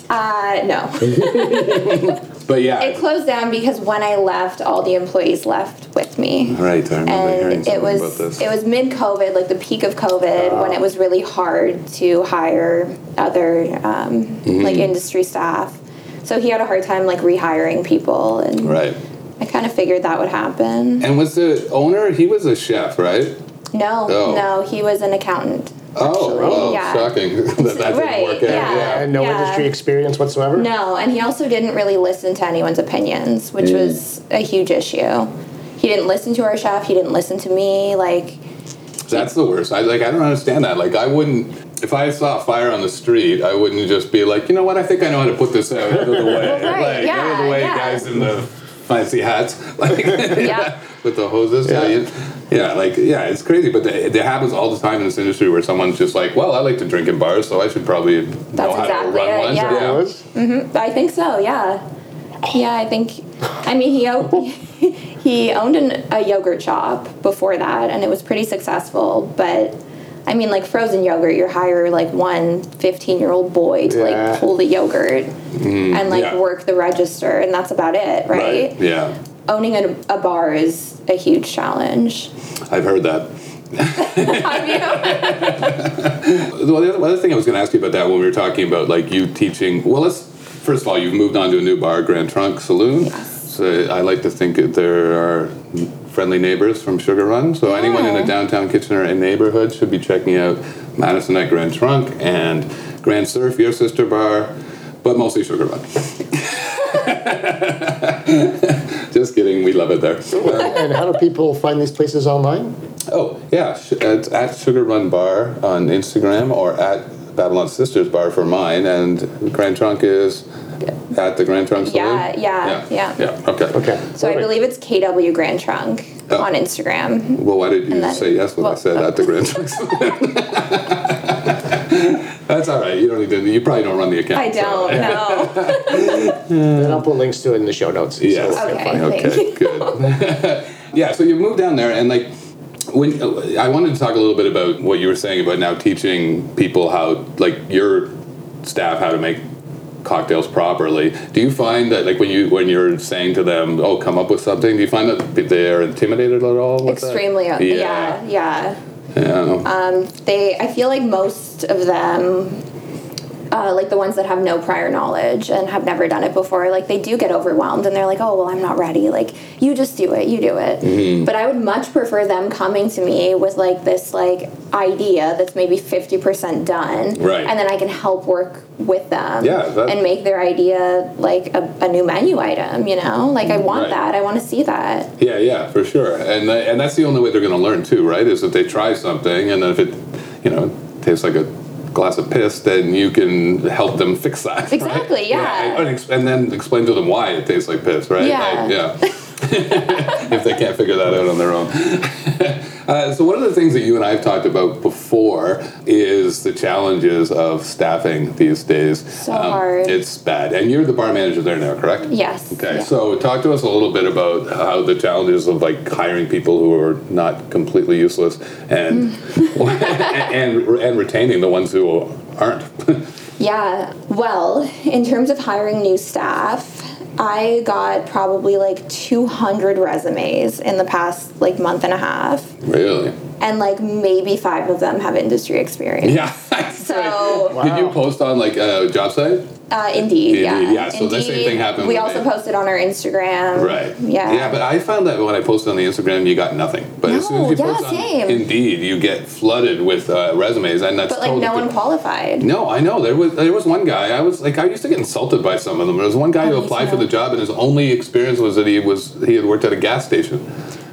Speaker 3: Uh, no.
Speaker 2: But yeah.
Speaker 3: It closed down because when I left, all the employees left with me.
Speaker 2: right, I remember hearing
Speaker 3: And
Speaker 2: something
Speaker 3: it was
Speaker 2: about this.
Speaker 3: it was mid COVID, like the peak of COVID, when it was really hard to hire other um,
Speaker 2: Mm-hmm.
Speaker 3: like industry staff. So he had a hard time like rehiring people, and
Speaker 2: right.
Speaker 3: I kind of figured that would happen.
Speaker 2: And was the owner? He was a chef, right?
Speaker 3: No,
Speaker 2: Oh.
Speaker 3: no, he was an accountant.
Speaker 2: Oh,
Speaker 3: actually.
Speaker 2: well,
Speaker 3: yeah.
Speaker 2: shocking [laughs] that that
Speaker 3: Right,
Speaker 2: didn't work out.
Speaker 3: yeah.
Speaker 4: And no
Speaker 3: Yeah.
Speaker 4: industry experience whatsoever.
Speaker 3: No, and he also didn't really listen to anyone's opinions, which
Speaker 2: Mm.
Speaker 3: was a huge issue. He didn't listen to our chef. He didn't listen to me. Like
Speaker 2: That's the worst. I like. I don't understand that. Like, I wouldn't. If I saw a fire on the street, I wouldn't just be like, you know what? I think I know how to put this out out of the way.
Speaker 3: [laughs] right,
Speaker 2: like, out of
Speaker 3: yeah,
Speaker 2: the way,
Speaker 3: yeah.
Speaker 2: guys in the fancy hats, [laughs] like
Speaker 3: Yeah.
Speaker 2: [laughs] with the hoses.
Speaker 4: Yeah.
Speaker 2: Yeah. you- yeah, like yeah, it's crazy, but it it happens all the time in this industry where someone's just like, well, I like to drink in bars, so I should probably know
Speaker 3: That's
Speaker 2: how
Speaker 3: exactly
Speaker 2: to run
Speaker 3: it,
Speaker 2: one.
Speaker 3: yeah.
Speaker 4: It
Speaker 3: [laughs]
Speaker 4: was?
Speaker 3: I think so. Yeah, yeah. I think. I mean, he o- [laughs] he owned an, a yogurt shop before that, and it was pretty successful. But I mean, like frozen yogurt, you hire like one 15 year old boy to
Speaker 4: Yeah.
Speaker 3: like pull the yogurt and like
Speaker 2: Mm-hmm. yeah.
Speaker 3: work the register, and that's about it, right?
Speaker 2: Right. Yeah.
Speaker 3: Owning a, a bar is a huge challenge. [laughs]
Speaker 2: I've heard that.
Speaker 3: Have you?
Speaker 2: Well, the other, the other thing I was going to ask you about that when we were talking about like you teaching. Well, let's first of all, you've moved on to a new bar, Grand Trunk Saloon.
Speaker 3: Yes.
Speaker 2: So I like to think that there are friendly neighbors from Sugar Run. So anyone in
Speaker 3: Yeah.
Speaker 2: the downtown Kitchener and neighborhood should be checking out Madison at Grand Trunk and Grand Surf, your sister bar, but mostly Sugar Run. [laughs] Just kidding, we love it there.
Speaker 1: and how do people find these places online?
Speaker 2: Oh, yeah. sh- It's at Sugar Run Bar on Instagram or at Babylon Sisters Bar for mine. And Grand Trunk is at the Grand Trunk Saloon?
Speaker 3: Yeah, yeah,
Speaker 2: Yeah.
Speaker 3: yeah.
Speaker 2: Okay.
Speaker 4: Okay.
Speaker 3: So I
Speaker 4: Perfect.
Speaker 3: believe it's KW Grand Trunk
Speaker 2: Oh.
Speaker 3: on Instagram.
Speaker 2: Well, why did you
Speaker 3: And then-
Speaker 2: say yes when I
Speaker 3: well- uh,
Speaker 2: said at the Grand
Speaker 3: [laughs]
Speaker 2: Trunk Saloon? [laughs] That's all right. You don't need to. You probably don't run the account.
Speaker 3: I
Speaker 2: so- [laughs]
Speaker 3: don't know.
Speaker 4: And I'll put links to it in the show notes. so
Speaker 2: Yes.
Speaker 4: it's gonna
Speaker 3: Okay.
Speaker 4: find it.
Speaker 3: Thank
Speaker 2: Okay, good. [laughs] yeah, so you moved down there, and like when I wanted to talk a little bit about what you were saying about now teaching people how, like your staff, how to make cocktails properly. Do you find that like when you when you're saying to them, "Oh, come up with something," do you find that they are intimidated at all? with that?
Speaker 3: Extremely, Um, yeah, yeah. yeah.
Speaker 2: yeah.
Speaker 3: They, I feel like most of them, uh, like the ones that have no prior knowledge and have never done it before, like they do get overwhelmed and they're like, oh, well, I'm not ready. Like, you just do it, you do it.
Speaker 2: Mm-hmm.
Speaker 3: But I would much prefer them coming to me with like this like idea that's maybe 50% done.
Speaker 2: Right.
Speaker 3: And then I can help work with them
Speaker 2: Yeah, that-
Speaker 3: and make their idea like a, a new menu item, you know? Like, I want
Speaker 2: Right.
Speaker 3: that. I want to see that.
Speaker 2: Yeah, yeah, for sure. And tha- and that's the only way they're going to learn too, right? Is if they try something, and if it, you know, tastes like a glass of piss, then you can help them fix that. [laughs] right?
Speaker 3: Exactly, yeah.
Speaker 2: and, ex- and then explain to them why it tastes like piss, right?
Speaker 3: Yeah.
Speaker 2: Like,
Speaker 3: [laughs]
Speaker 2: yeah. [laughs] if they can't figure that out on their own. [laughs] Uh, so one of the things that you and I have talked about before is the challenges of staffing these days. So
Speaker 3: hard.
Speaker 2: It's bad, and you're the bar manager there now, correct?
Speaker 3: Yes.
Speaker 2: Okay,
Speaker 3: Yeah.
Speaker 2: so talk to us a little bit about how the challenges of like hiring people who are not completely useless and
Speaker 3: Mm.
Speaker 2: [laughs] and and retaining the ones who aren't. [laughs]
Speaker 3: Yeah. Well, in terms of hiring new staff, I got probably like 200 resumes in the past like month and a half,
Speaker 2: really?
Speaker 3: and like maybe five of them have industry experience.
Speaker 2: Yeah. [laughs]
Speaker 3: So,
Speaker 2: Did you post on like a job site?
Speaker 3: uh, Indeed, yeah.
Speaker 2: Indeed, yeah, so the same
Speaker 3: Indeed.
Speaker 2: thing happened
Speaker 3: We
Speaker 2: with
Speaker 3: also
Speaker 2: me.
Speaker 3: posted on our Instagram.
Speaker 2: Right.
Speaker 3: Yeah.
Speaker 2: Yeah, but I found that when I posted on the Instagram, you got nothing. But as soon as
Speaker 3: No,
Speaker 2: you
Speaker 3: yeah,
Speaker 2: post on
Speaker 3: same.
Speaker 2: Indeed, you get flooded with uh, resumes, and that's
Speaker 3: But, like
Speaker 2: totally
Speaker 3: no one
Speaker 2: different.
Speaker 3: qualified.
Speaker 2: No, I know there was there was one guy. I was like I used to get insulted by some of them. There was one guy who
Speaker 3: me
Speaker 2: applied for
Speaker 3: too.
Speaker 2: the job, and his only experience was that he was he had worked at a gas station.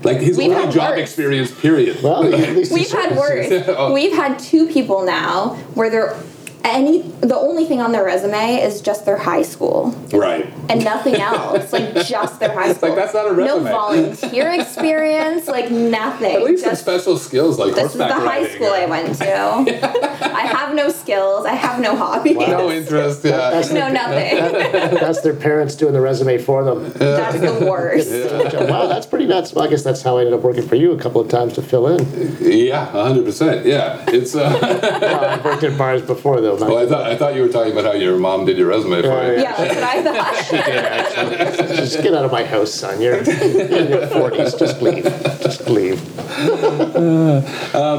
Speaker 2: Like his
Speaker 3: We've
Speaker 2: only
Speaker 3: had
Speaker 2: job
Speaker 3: worse.
Speaker 2: experience, period.
Speaker 4: Well, at least
Speaker 3: We've
Speaker 4: it's-
Speaker 3: had worse.
Speaker 2: [laughs] Oh.
Speaker 3: We've had two people now where they're any the only thing on their resume is just their high school.
Speaker 2: right.
Speaker 3: and nothing else. like just their high school.
Speaker 2: that's not a
Speaker 3: No
Speaker 2: resume.
Speaker 3: volunteer experience. Like nothing.
Speaker 2: At least some
Speaker 3: just,
Speaker 2: special skills like
Speaker 3: this is the
Speaker 2: horseback
Speaker 3: high
Speaker 2: riding
Speaker 3: school
Speaker 2: or-
Speaker 3: I went to.
Speaker 2: [laughs]
Speaker 3: I have no skills. I have no hobbies. [laughs]
Speaker 2: No interest. Yeah.
Speaker 4: That's,
Speaker 3: No
Speaker 2: [laughs]
Speaker 3: nothing.
Speaker 4: [laughs] that's their parents doing the resume for them.
Speaker 3: That's the worst.
Speaker 4: wow, that's pretty nuts. Well, I guess that's how I ended up working for you a couple of times to fill in.
Speaker 2: [laughs] Yeah, hundred percent. Yeah, it's. Uh, [laughs]
Speaker 4: Well, I've worked in bars before though.
Speaker 2: well, I thought I thought you were talking about how your mom did your resume for you.
Speaker 4: Yeah,
Speaker 3: Yeah, that's what I
Speaker 2: [laughs]
Speaker 3: thought.
Speaker 4: Just get out of my house, son. You're in your forties. Just leave. Just leave.
Speaker 2: Um,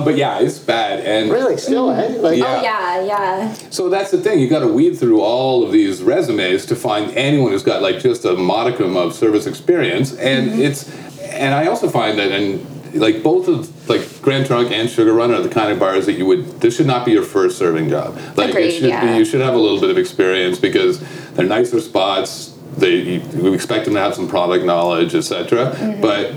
Speaker 2: but yeah, it's bad. And
Speaker 4: Really? Still, eh? Like,
Speaker 2: Yeah.
Speaker 3: Oh yeah, yeah.
Speaker 2: So that's the thing. You got to weed through all of these resumes to find anyone who's got like just a modicum of service experience, and
Speaker 3: Mm-hmm.
Speaker 2: it's. And I also find that and like both of like Grand Trunk and Sugar Run are the kind of bars that you would. This should not be your first serving job. Like
Speaker 3: Agreed,
Speaker 2: it should
Speaker 3: yeah.
Speaker 2: be. You should have a little bit of experience because they're nicer spots. They you, we expect them to have some product knowledge, etc.
Speaker 3: Mm-hmm.
Speaker 2: But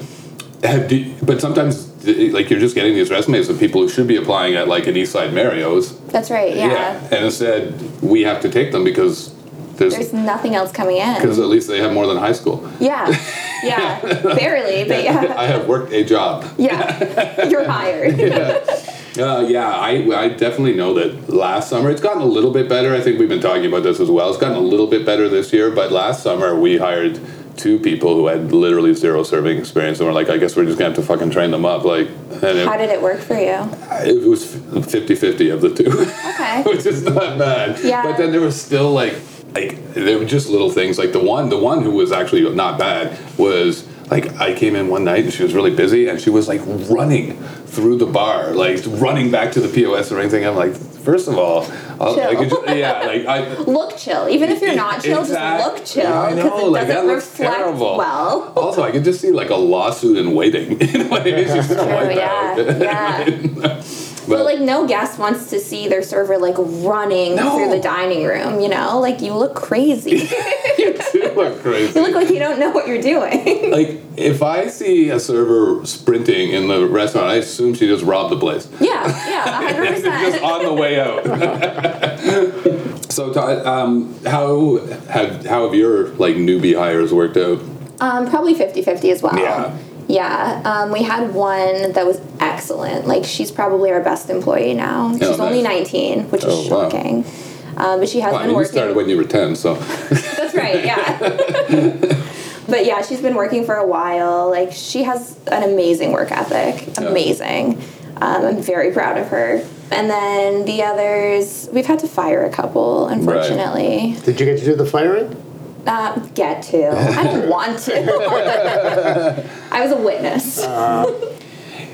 Speaker 2: have do, but sometimes like you're just getting these resumes of people who should be applying at like an Eastside Mario's
Speaker 3: That's right. Yeah.
Speaker 2: and instead, we have to take them because there's
Speaker 3: There's nothing else coming in.
Speaker 2: because at least they have more than high school.
Speaker 3: Yeah.
Speaker 2: [laughs]
Speaker 3: Yeah. Barely, but yeah.
Speaker 2: I have worked a
Speaker 3: [laughs]
Speaker 2: job.
Speaker 3: Yeah.
Speaker 2: [laughs]
Speaker 3: You're hired.
Speaker 2: Uh, yeah, I, I definitely know that last summer it's gotten a little bit better. I think we've been talking about this as well. It's gotten a little bit better this year, but last summer we hired two people who had literally zero serving experience, and we're like, I guess we're just gonna have to fucking train them up. Like, and it,
Speaker 3: How did it work for you?
Speaker 2: it was 50-50 of the two. [laughs]
Speaker 3: Okay.
Speaker 2: which is not bad.
Speaker 3: Yeah.
Speaker 2: But then there was still like like there were just little things. Like the one the one who was actually not bad was like I came in one night and she was really busy and she was like running through the bar, like running back to the POS or anything. I'm like First of all, I'll- I could ju-
Speaker 3: [laughs]
Speaker 2: yeah, like I,
Speaker 3: Look chill. Even if you're not chill,
Speaker 2: Exact-
Speaker 3: just look chill.
Speaker 2: Yeah, I
Speaker 3: 'cause
Speaker 2: know,
Speaker 3: it
Speaker 2: like that
Speaker 3: doesn't
Speaker 2: looks
Speaker 3: reflect
Speaker 2: terrible.
Speaker 3: well.
Speaker 2: Also, I could just see like a lawsuit in waiting. [laughs] in a way, it's just gonna
Speaker 3: True,
Speaker 2: wipe
Speaker 3: yeah,
Speaker 2: out. [laughs]
Speaker 3: yeah. But like no guest wants to see their server like running
Speaker 2: No.
Speaker 3: through the dining room, you know? Like you look crazy. [laughs]
Speaker 2: you do look crazy.
Speaker 3: you look like you don't know what you're
Speaker 2: [laughs]
Speaker 3: doing.
Speaker 2: like if I see a server sprinting in the restaurant, I assume she just robbed the place.
Speaker 3: yeah, yeah,
Speaker 2: It's
Speaker 3: 100%.
Speaker 2: [laughs] just on the way
Speaker 3: [laughs]
Speaker 2: out. so, Todd, um, how have how have your like newbie hires worked out?
Speaker 3: Um, probably 50-50 as well.
Speaker 2: Yeah.
Speaker 3: Yeah, um, we had one that was excellent. Like she's probably our best employee now. She's
Speaker 2: Oh, nice.
Speaker 3: only 19, which
Speaker 2: Oh,
Speaker 3: is
Speaker 2: wow.
Speaker 3: shocking. Um, but she has
Speaker 2: Well, I
Speaker 3: been
Speaker 2: mean, you
Speaker 3: working.
Speaker 2: started when you were ten, so
Speaker 3: That's
Speaker 2: [laughs]
Speaker 3: right, yeah. but yeah, she's been working for a while. Like she has an amazing work ethic.
Speaker 2: Yeah.
Speaker 3: Amazing. Um, I'm very proud of her. And then the others, we've had to fire a couple, unfortunately.
Speaker 4: Did you get to do the firing?
Speaker 3: Uh, get to.
Speaker 2: [laughs]
Speaker 3: I don't want to. [laughs] I was a witness.
Speaker 2: Uh.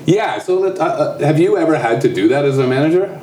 Speaker 2: yeah. So, let, uh, uh, have you ever had to do that as a manager?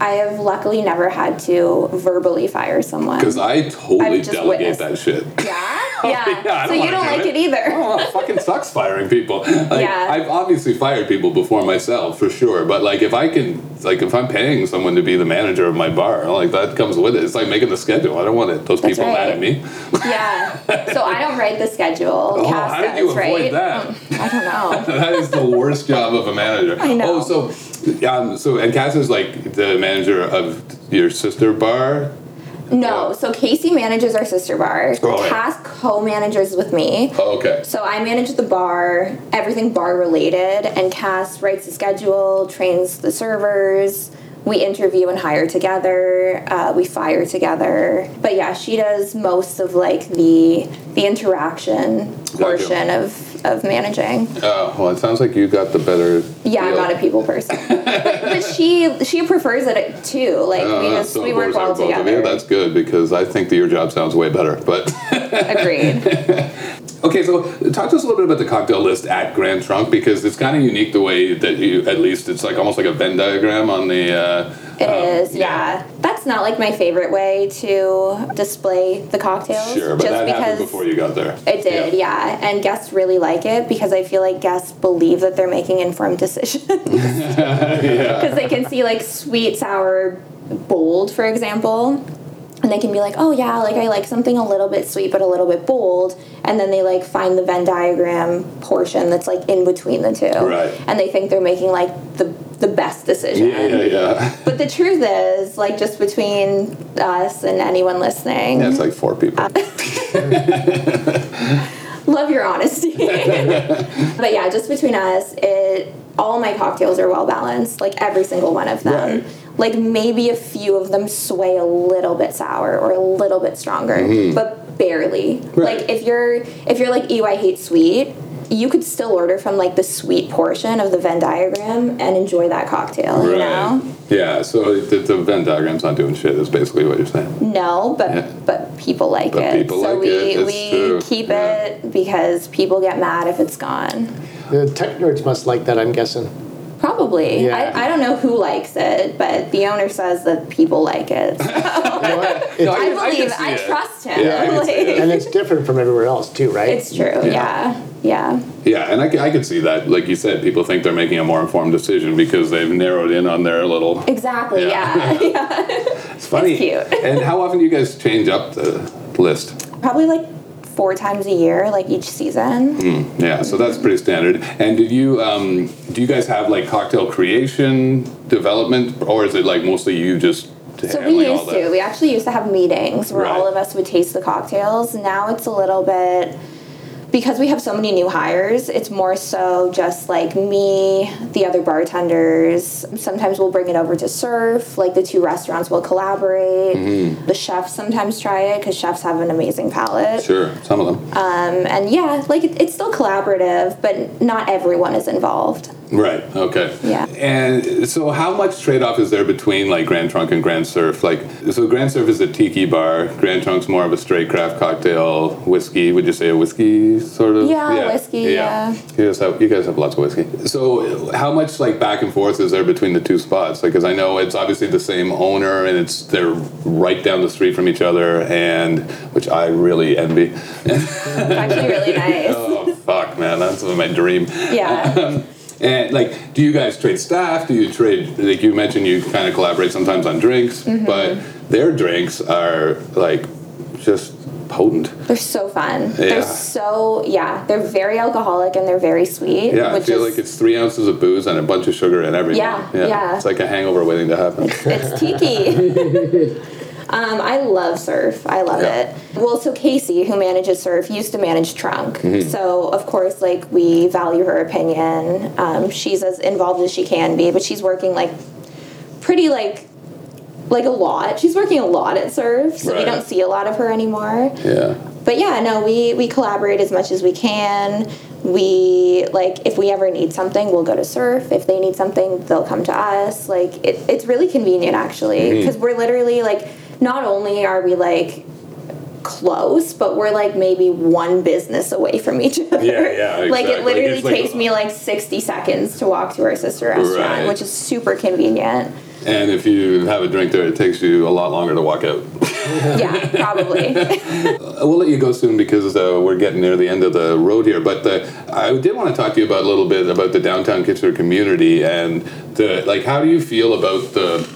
Speaker 3: I have luckily never had to verbally fire someone.
Speaker 2: Because I totally
Speaker 3: I've just
Speaker 2: delegate
Speaker 3: witnessed.
Speaker 2: that shit. [laughs]
Speaker 3: yeah, [laughs] yeah.
Speaker 2: Oh, Yeah, I don't
Speaker 3: so
Speaker 2: wanna
Speaker 3: you don't
Speaker 2: do it.
Speaker 3: like it, either.
Speaker 2: Oh, it fucking sucks firing people. Like,
Speaker 3: Yeah.
Speaker 2: I've obviously fired people before myself, for sure. But like, if I can, like, if I'm paying someone to be the manager of my bar, like that comes with it. It's like making the schedule. I don't want it, those
Speaker 3: That's
Speaker 2: people mad
Speaker 3: right.
Speaker 2: at me. [laughs]
Speaker 3: Yeah. So I don't write the schedule.
Speaker 2: Oh,
Speaker 3: Cass
Speaker 2: how did
Speaker 3: does,
Speaker 2: you avoid
Speaker 3: right?
Speaker 2: that?
Speaker 3: Um,
Speaker 2: [laughs]
Speaker 3: I don't know.
Speaker 2: that is the worst job of a manager.
Speaker 3: I know.
Speaker 2: Oh, so, um, so and Cass is like the manager of your sister bar.
Speaker 3: No. So Casey manages our sister bar.
Speaker 2: Oh, right.
Speaker 3: Cass co-manages with me.
Speaker 2: Oh, okay.
Speaker 3: So I manage the bar, everything bar related, and Cass writes the schedule, trains the servers. We interview and hire together. Uh, we fire together. But yeah, she does most of like the the interaction portion of of managing.
Speaker 2: Oh, well, it sounds like you got the better.
Speaker 3: Yeah, I'm
Speaker 2: deal. Uh,
Speaker 3: not a people
Speaker 2: [laughs]
Speaker 3: person, but, but she she prefers it too. Like
Speaker 2: Oh,
Speaker 3: we
Speaker 2: no,
Speaker 3: just
Speaker 2: so
Speaker 3: we
Speaker 2: it
Speaker 3: work
Speaker 2: bores out
Speaker 3: well
Speaker 2: both of you.
Speaker 3: together.
Speaker 2: That's good because I think that your job sounds way better. But [laughs]
Speaker 3: Agreed.
Speaker 2: Okay, so talk to us a little bit about the cocktail list at Grand Trunk because it's kind of unique the way that you, at least, it's like almost like a Venn diagram on the. Uh,
Speaker 3: It is, yeah. That's not like my favorite way to display the cocktails.
Speaker 2: Sure, but that happened before you got there.
Speaker 3: It did, yeah. And guests really like it because I feel like guests believe that they're making informed
Speaker 2: [laughs]
Speaker 3: decisions. [laughs] Because they can see like sweet, sour, bold, for example. And they can be like, oh yeah, like I like something a little bit sweet but a little bit bold. And then they like find the Venn diagram portion that's like in between the two.
Speaker 2: Right.
Speaker 3: And they think they're making like the the best decision.
Speaker 2: Yeah, yeah, yeah.
Speaker 3: But the truth is, like just between us and anyone listening,
Speaker 2: Yeah, it's like four people.
Speaker 3: love
Speaker 2: [laughs]
Speaker 3: your honesty. but yeah, just between us, it all my cocktails are well balanced, like every single one of them.
Speaker 2: Right.
Speaker 3: Like maybe a few of them sway a little bit sour or a little bit stronger, but barely.
Speaker 2: Mm-hmm. Right.
Speaker 3: Like if you're if you're like EY hate sweet, you could still order from like the sweet portion of the Venn diagram and enjoy that cocktail, you know?
Speaker 2: Yeah, so the, the Venn diagram's not doing shit, is basically what you're saying.
Speaker 3: No, but
Speaker 2: Yeah.
Speaker 3: but people like
Speaker 2: But
Speaker 3: it.
Speaker 2: people
Speaker 3: so
Speaker 2: like
Speaker 3: we
Speaker 2: it, that's
Speaker 3: we
Speaker 2: true,
Speaker 3: keep
Speaker 2: yeah.
Speaker 3: it because people get mad if it's gone.
Speaker 4: The tech nerds must like that, I'm [laughs] guessing.
Speaker 3: Probably.
Speaker 4: Yeah.
Speaker 3: I, I don't know who likes it, but the owner says that people
Speaker 2: [laughs]
Speaker 3: like it.
Speaker 4: You know what? It's-
Speaker 3: I
Speaker 2: Oh, can- can
Speaker 3: believe
Speaker 2: see
Speaker 3: I,
Speaker 2: it.
Speaker 3: trust him.
Speaker 2: Yeah, I can see it.
Speaker 3: [laughs] Like,
Speaker 4: and it's different from everywhere else, too, right?
Speaker 3: it's true. Yeah. Yeah.
Speaker 2: Yeah, and I, can- I can see that. Like you said, people think they're making a more informed decision because they've narrowed in on their little.
Speaker 3: Exactly.
Speaker 2: Yeah.
Speaker 3: Yeah. [laughs] yeah.
Speaker 2: It's funny.
Speaker 3: cute.
Speaker 2: and how often do you guys change up the list?
Speaker 3: Probably like four times a year, like each season.
Speaker 2: Hmm, Yeah, so that's pretty standard. And did you um, do you guys have like cocktail creation, development, or is it like mostly you just
Speaker 3: So
Speaker 2: handling
Speaker 3: we
Speaker 2: all
Speaker 3: used
Speaker 2: that?
Speaker 3: to. We actually used to have meetings where all
Speaker 2: Right.
Speaker 3: of us would taste the cocktails. Now it's a little bit because we have so many new hires, it's more so just like me, the other bartenders. Sometimes we'll bring it over to surf, like the two restaurants will collaborate.
Speaker 2: Mm-hmm.
Speaker 3: The chefs sometimes try it because chefs have an amazing palate.
Speaker 2: Sure, some of them.
Speaker 3: Um, and yeah, like it, it's still collaborative, but not everyone is involved.
Speaker 2: Right. Okay.
Speaker 3: Yeah.
Speaker 2: And so, how much trade-off is there between like Grand Trunk and Grand Surf? Like, so Grand Surf is a tiki bar. Grand Trunk's more of a straight craft cocktail whiskey. Would you say a whiskey sort of?
Speaker 3: Yeah, whiskey, yeah.
Speaker 2: You guys have you guys have lots of whiskey. So, how much like back and forth is there between the two spots? Like, because I know it's obviously the same owner, and it's they're right down the street from each other, and which I really envy. [laughs]
Speaker 3: It's actually really nice.
Speaker 2: oh fuck, man, that's my dream.
Speaker 3: Yeah.
Speaker 2: Um, and like, do you guys trade staff? Do you trade? Like you mentioned, you kind of collaborate sometimes on drinks,
Speaker 3: Mm-hmm.
Speaker 2: but their drinks are like just potent.
Speaker 3: They're so fun.
Speaker 2: Yeah.
Speaker 3: They're so yeah. They're very alcoholic and they're very sweet.
Speaker 2: Yeah, I
Speaker 3: which
Speaker 2: feel
Speaker 3: is,
Speaker 2: like it's three ounces of booze and a bunch of sugar and everything.
Speaker 3: Yeah, yeah.
Speaker 2: It's like a hangover waiting to
Speaker 3: [laughs]
Speaker 2: happen. [laughs]
Speaker 3: it's tiki. um, I love surf. I love
Speaker 2: Yeah.
Speaker 3: it. Well, so Casey, who manages surf, used to manage Trunk.
Speaker 2: Mm-hmm.
Speaker 3: So of course, like we value her opinion. Um, she's as involved as she can be, but she's working like pretty like like a lot. She's working a lot at surf, so we
Speaker 2: Right.
Speaker 3: don't see a lot of her anymore.
Speaker 2: yeah,
Speaker 3: but yeah, no, we we collaborate as much as we can. We like if we ever need something, we'll go to surf. If they need something, they'll come to us. Like it, it's really convenient actually
Speaker 2: Mm-hmm.
Speaker 3: because we're literally like not only are we like close, but we're like maybe one business away from each other.
Speaker 2: yeah,
Speaker 3: [laughs] like
Speaker 2: exactly.
Speaker 3: it literally
Speaker 2: It's like-
Speaker 3: takes me like sixty seconds to walk to our sister restaurant,
Speaker 2: Right.
Speaker 3: which is super convenient.
Speaker 2: and if you have a drink there, it takes you a lot longer to walk out.
Speaker 3: yeah,
Speaker 2: [laughs]
Speaker 3: probably.
Speaker 2: Uh, We'll let you go soon because uh, we're getting near the end of the road here. But uh, I did want to talk to you about a little bit about the downtown Kitchener community and the like. How do you feel about the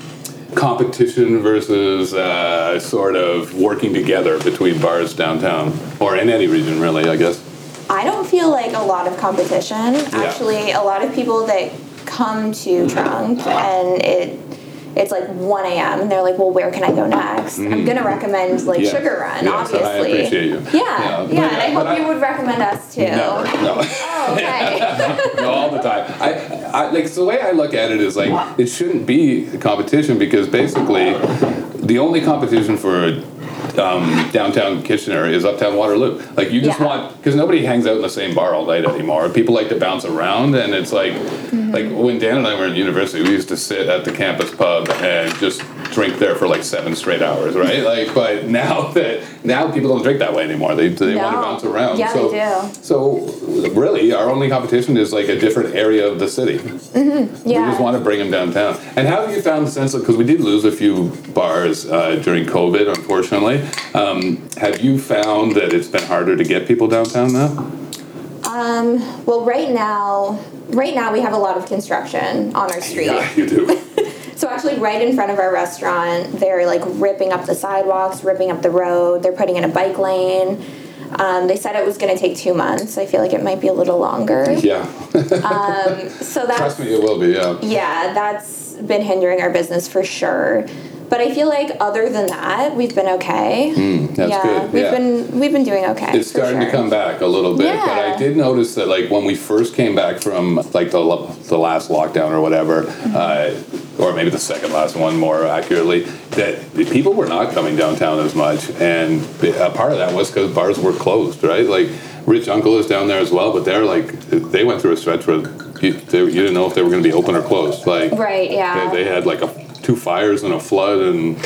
Speaker 2: competition versus uh, sort of working together between bars downtown or in any region, really? I guess.
Speaker 3: I don't feel like a lot of competition. Actually, a lot of people that come to Trunk and it it's like 1 a.m. and they're like, well, where can I go next? I'm gonna recommend like
Speaker 2: Mm-hmm. Yeah.
Speaker 3: Sugar Run,
Speaker 2: Yeah, so
Speaker 3: obviously.
Speaker 2: I appreciate you.
Speaker 3: Yeah,
Speaker 2: Yeah,
Speaker 3: yeah,
Speaker 2: but-
Speaker 3: and I
Speaker 2: but
Speaker 3: hope
Speaker 2: I-
Speaker 3: you would recommend us too.
Speaker 2: Never. No. [laughs]
Speaker 3: Oh, okay.
Speaker 2: no, all the time. I, I like so the way I look at it is like it shouldn't be a competition because basically the only competition for um, downtown Kitchener is uptown Waterloo. Like you just
Speaker 3: Yeah.
Speaker 2: want because nobody hangs out in the same bar all night anymore. People like to bounce around, and it's like like when Dan and I were in university, we used to sit at the campus pub and just drink there for like seven straight hours, right? like, but [laughs] now that now people don't drink that way anymore. They they want to
Speaker 3: No.
Speaker 2: bounce around.
Speaker 3: Yeah,
Speaker 2: so,
Speaker 3: they do.
Speaker 2: so really, our only competition is like a different area of the city. We just
Speaker 3: yeah.
Speaker 2: want to bring them downtown. And how have you found the sense of? Because we did lose a few bars uh, during COVID, unfortunately. Um, have you found that it's been harder to get people downtown now?
Speaker 3: Um, well, right now, right now we have a lot of construction on our street.
Speaker 2: Yeah, [laughs] you do.
Speaker 3: So actually, right in front of our restaurant, they're like ripping up the sidewalks, ripping up the road. They're putting in a bike lane. Um, they said it was going to take two months. I feel like it might be a little longer.
Speaker 2: yeah,
Speaker 3: So that's
Speaker 2: trust me, it will be. Yeah.
Speaker 3: yeah, that's been hindering our business for sure. But I feel like other than that, we've been okay.
Speaker 2: Hmm, That's
Speaker 3: yeah,
Speaker 2: good.
Speaker 3: we've
Speaker 2: yeah.
Speaker 3: been we've been doing okay.
Speaker 2: it's
Speaker 3: for
Speaker 2: starting to
Speaker 3: sure.
Speaker 2: come back a little bit but i
Speaker 3: Yeah.
Speaker 2: did notice that like when we first came back from like the, lo- the last lockdown or whatever
Speaker 3: Mm-hmm.
Speaker 2: uh, or maybe the second last one more accurately that the people were not coming downtown as much and a part of that was because bars were closed right like rich uncle is down there as well but they're like they went through a stretch where you, they, you didn't know if they were going to be open or closed like
Speaker 3: Right. Yeah.
Speaker 2: they, they had like a two fires and a flood and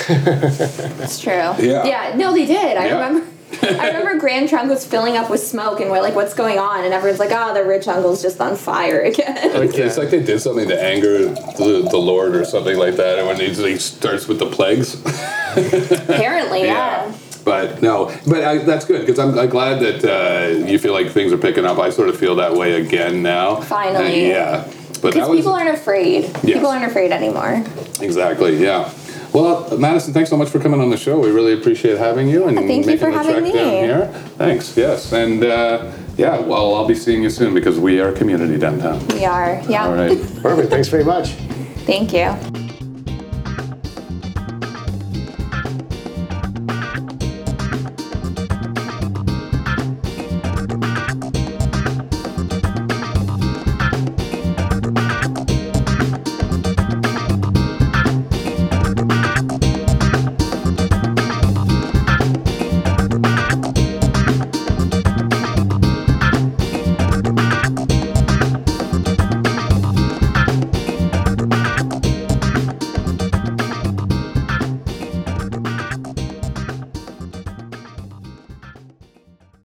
Speaker 3: That's true. Yeah.
Speaker 2: Yeah.
Speaker 3: No, they did. I
Speaker 2: Yeah.
Speaker 3: remember. I remember Grand Trunk was filling up with smoke, and we're like, "What's going on?" And everyone's like, "Oh, the rich uncle's just on fire again."
Speaker 2: It's, it's like they did something to anger the, the Lord or something like that, and when he, he starts with the plagues.
Speaker 3: Apparently, yeah.
Speaker 2: But no, but I, that's good because I'm, I'm glad that uh, you feel like things are picking up. I sort of feel that way again now.
Speaker 3: Finally.
Speaker 2: Uh, yeah. But that
Speaker 3: Because
Speaker 2: was
Speaker 3: people aren't afraid. People aren't afraid anymore.
Speaker 2: exactly yeah. Well, Madison, thanks so much for coming on the show. We really appreciate having you and
Speaker 3: Thank you
Speaker 2: making
Speaker 3: for
Speaker 2: the
Speaker 3: having
Speaker 2: trek
Speaker 3: me.
Speaker 2: down here. Thanks. Yes, and uh, yeah. Well, I'll be seeing you soon because we are community downtown.
Speaker 3: We are. Yeah. [laughs]
Speaker 2: All right.
Speaker 4: Perfect. Thanks very much.
Speaker 3: Thank you.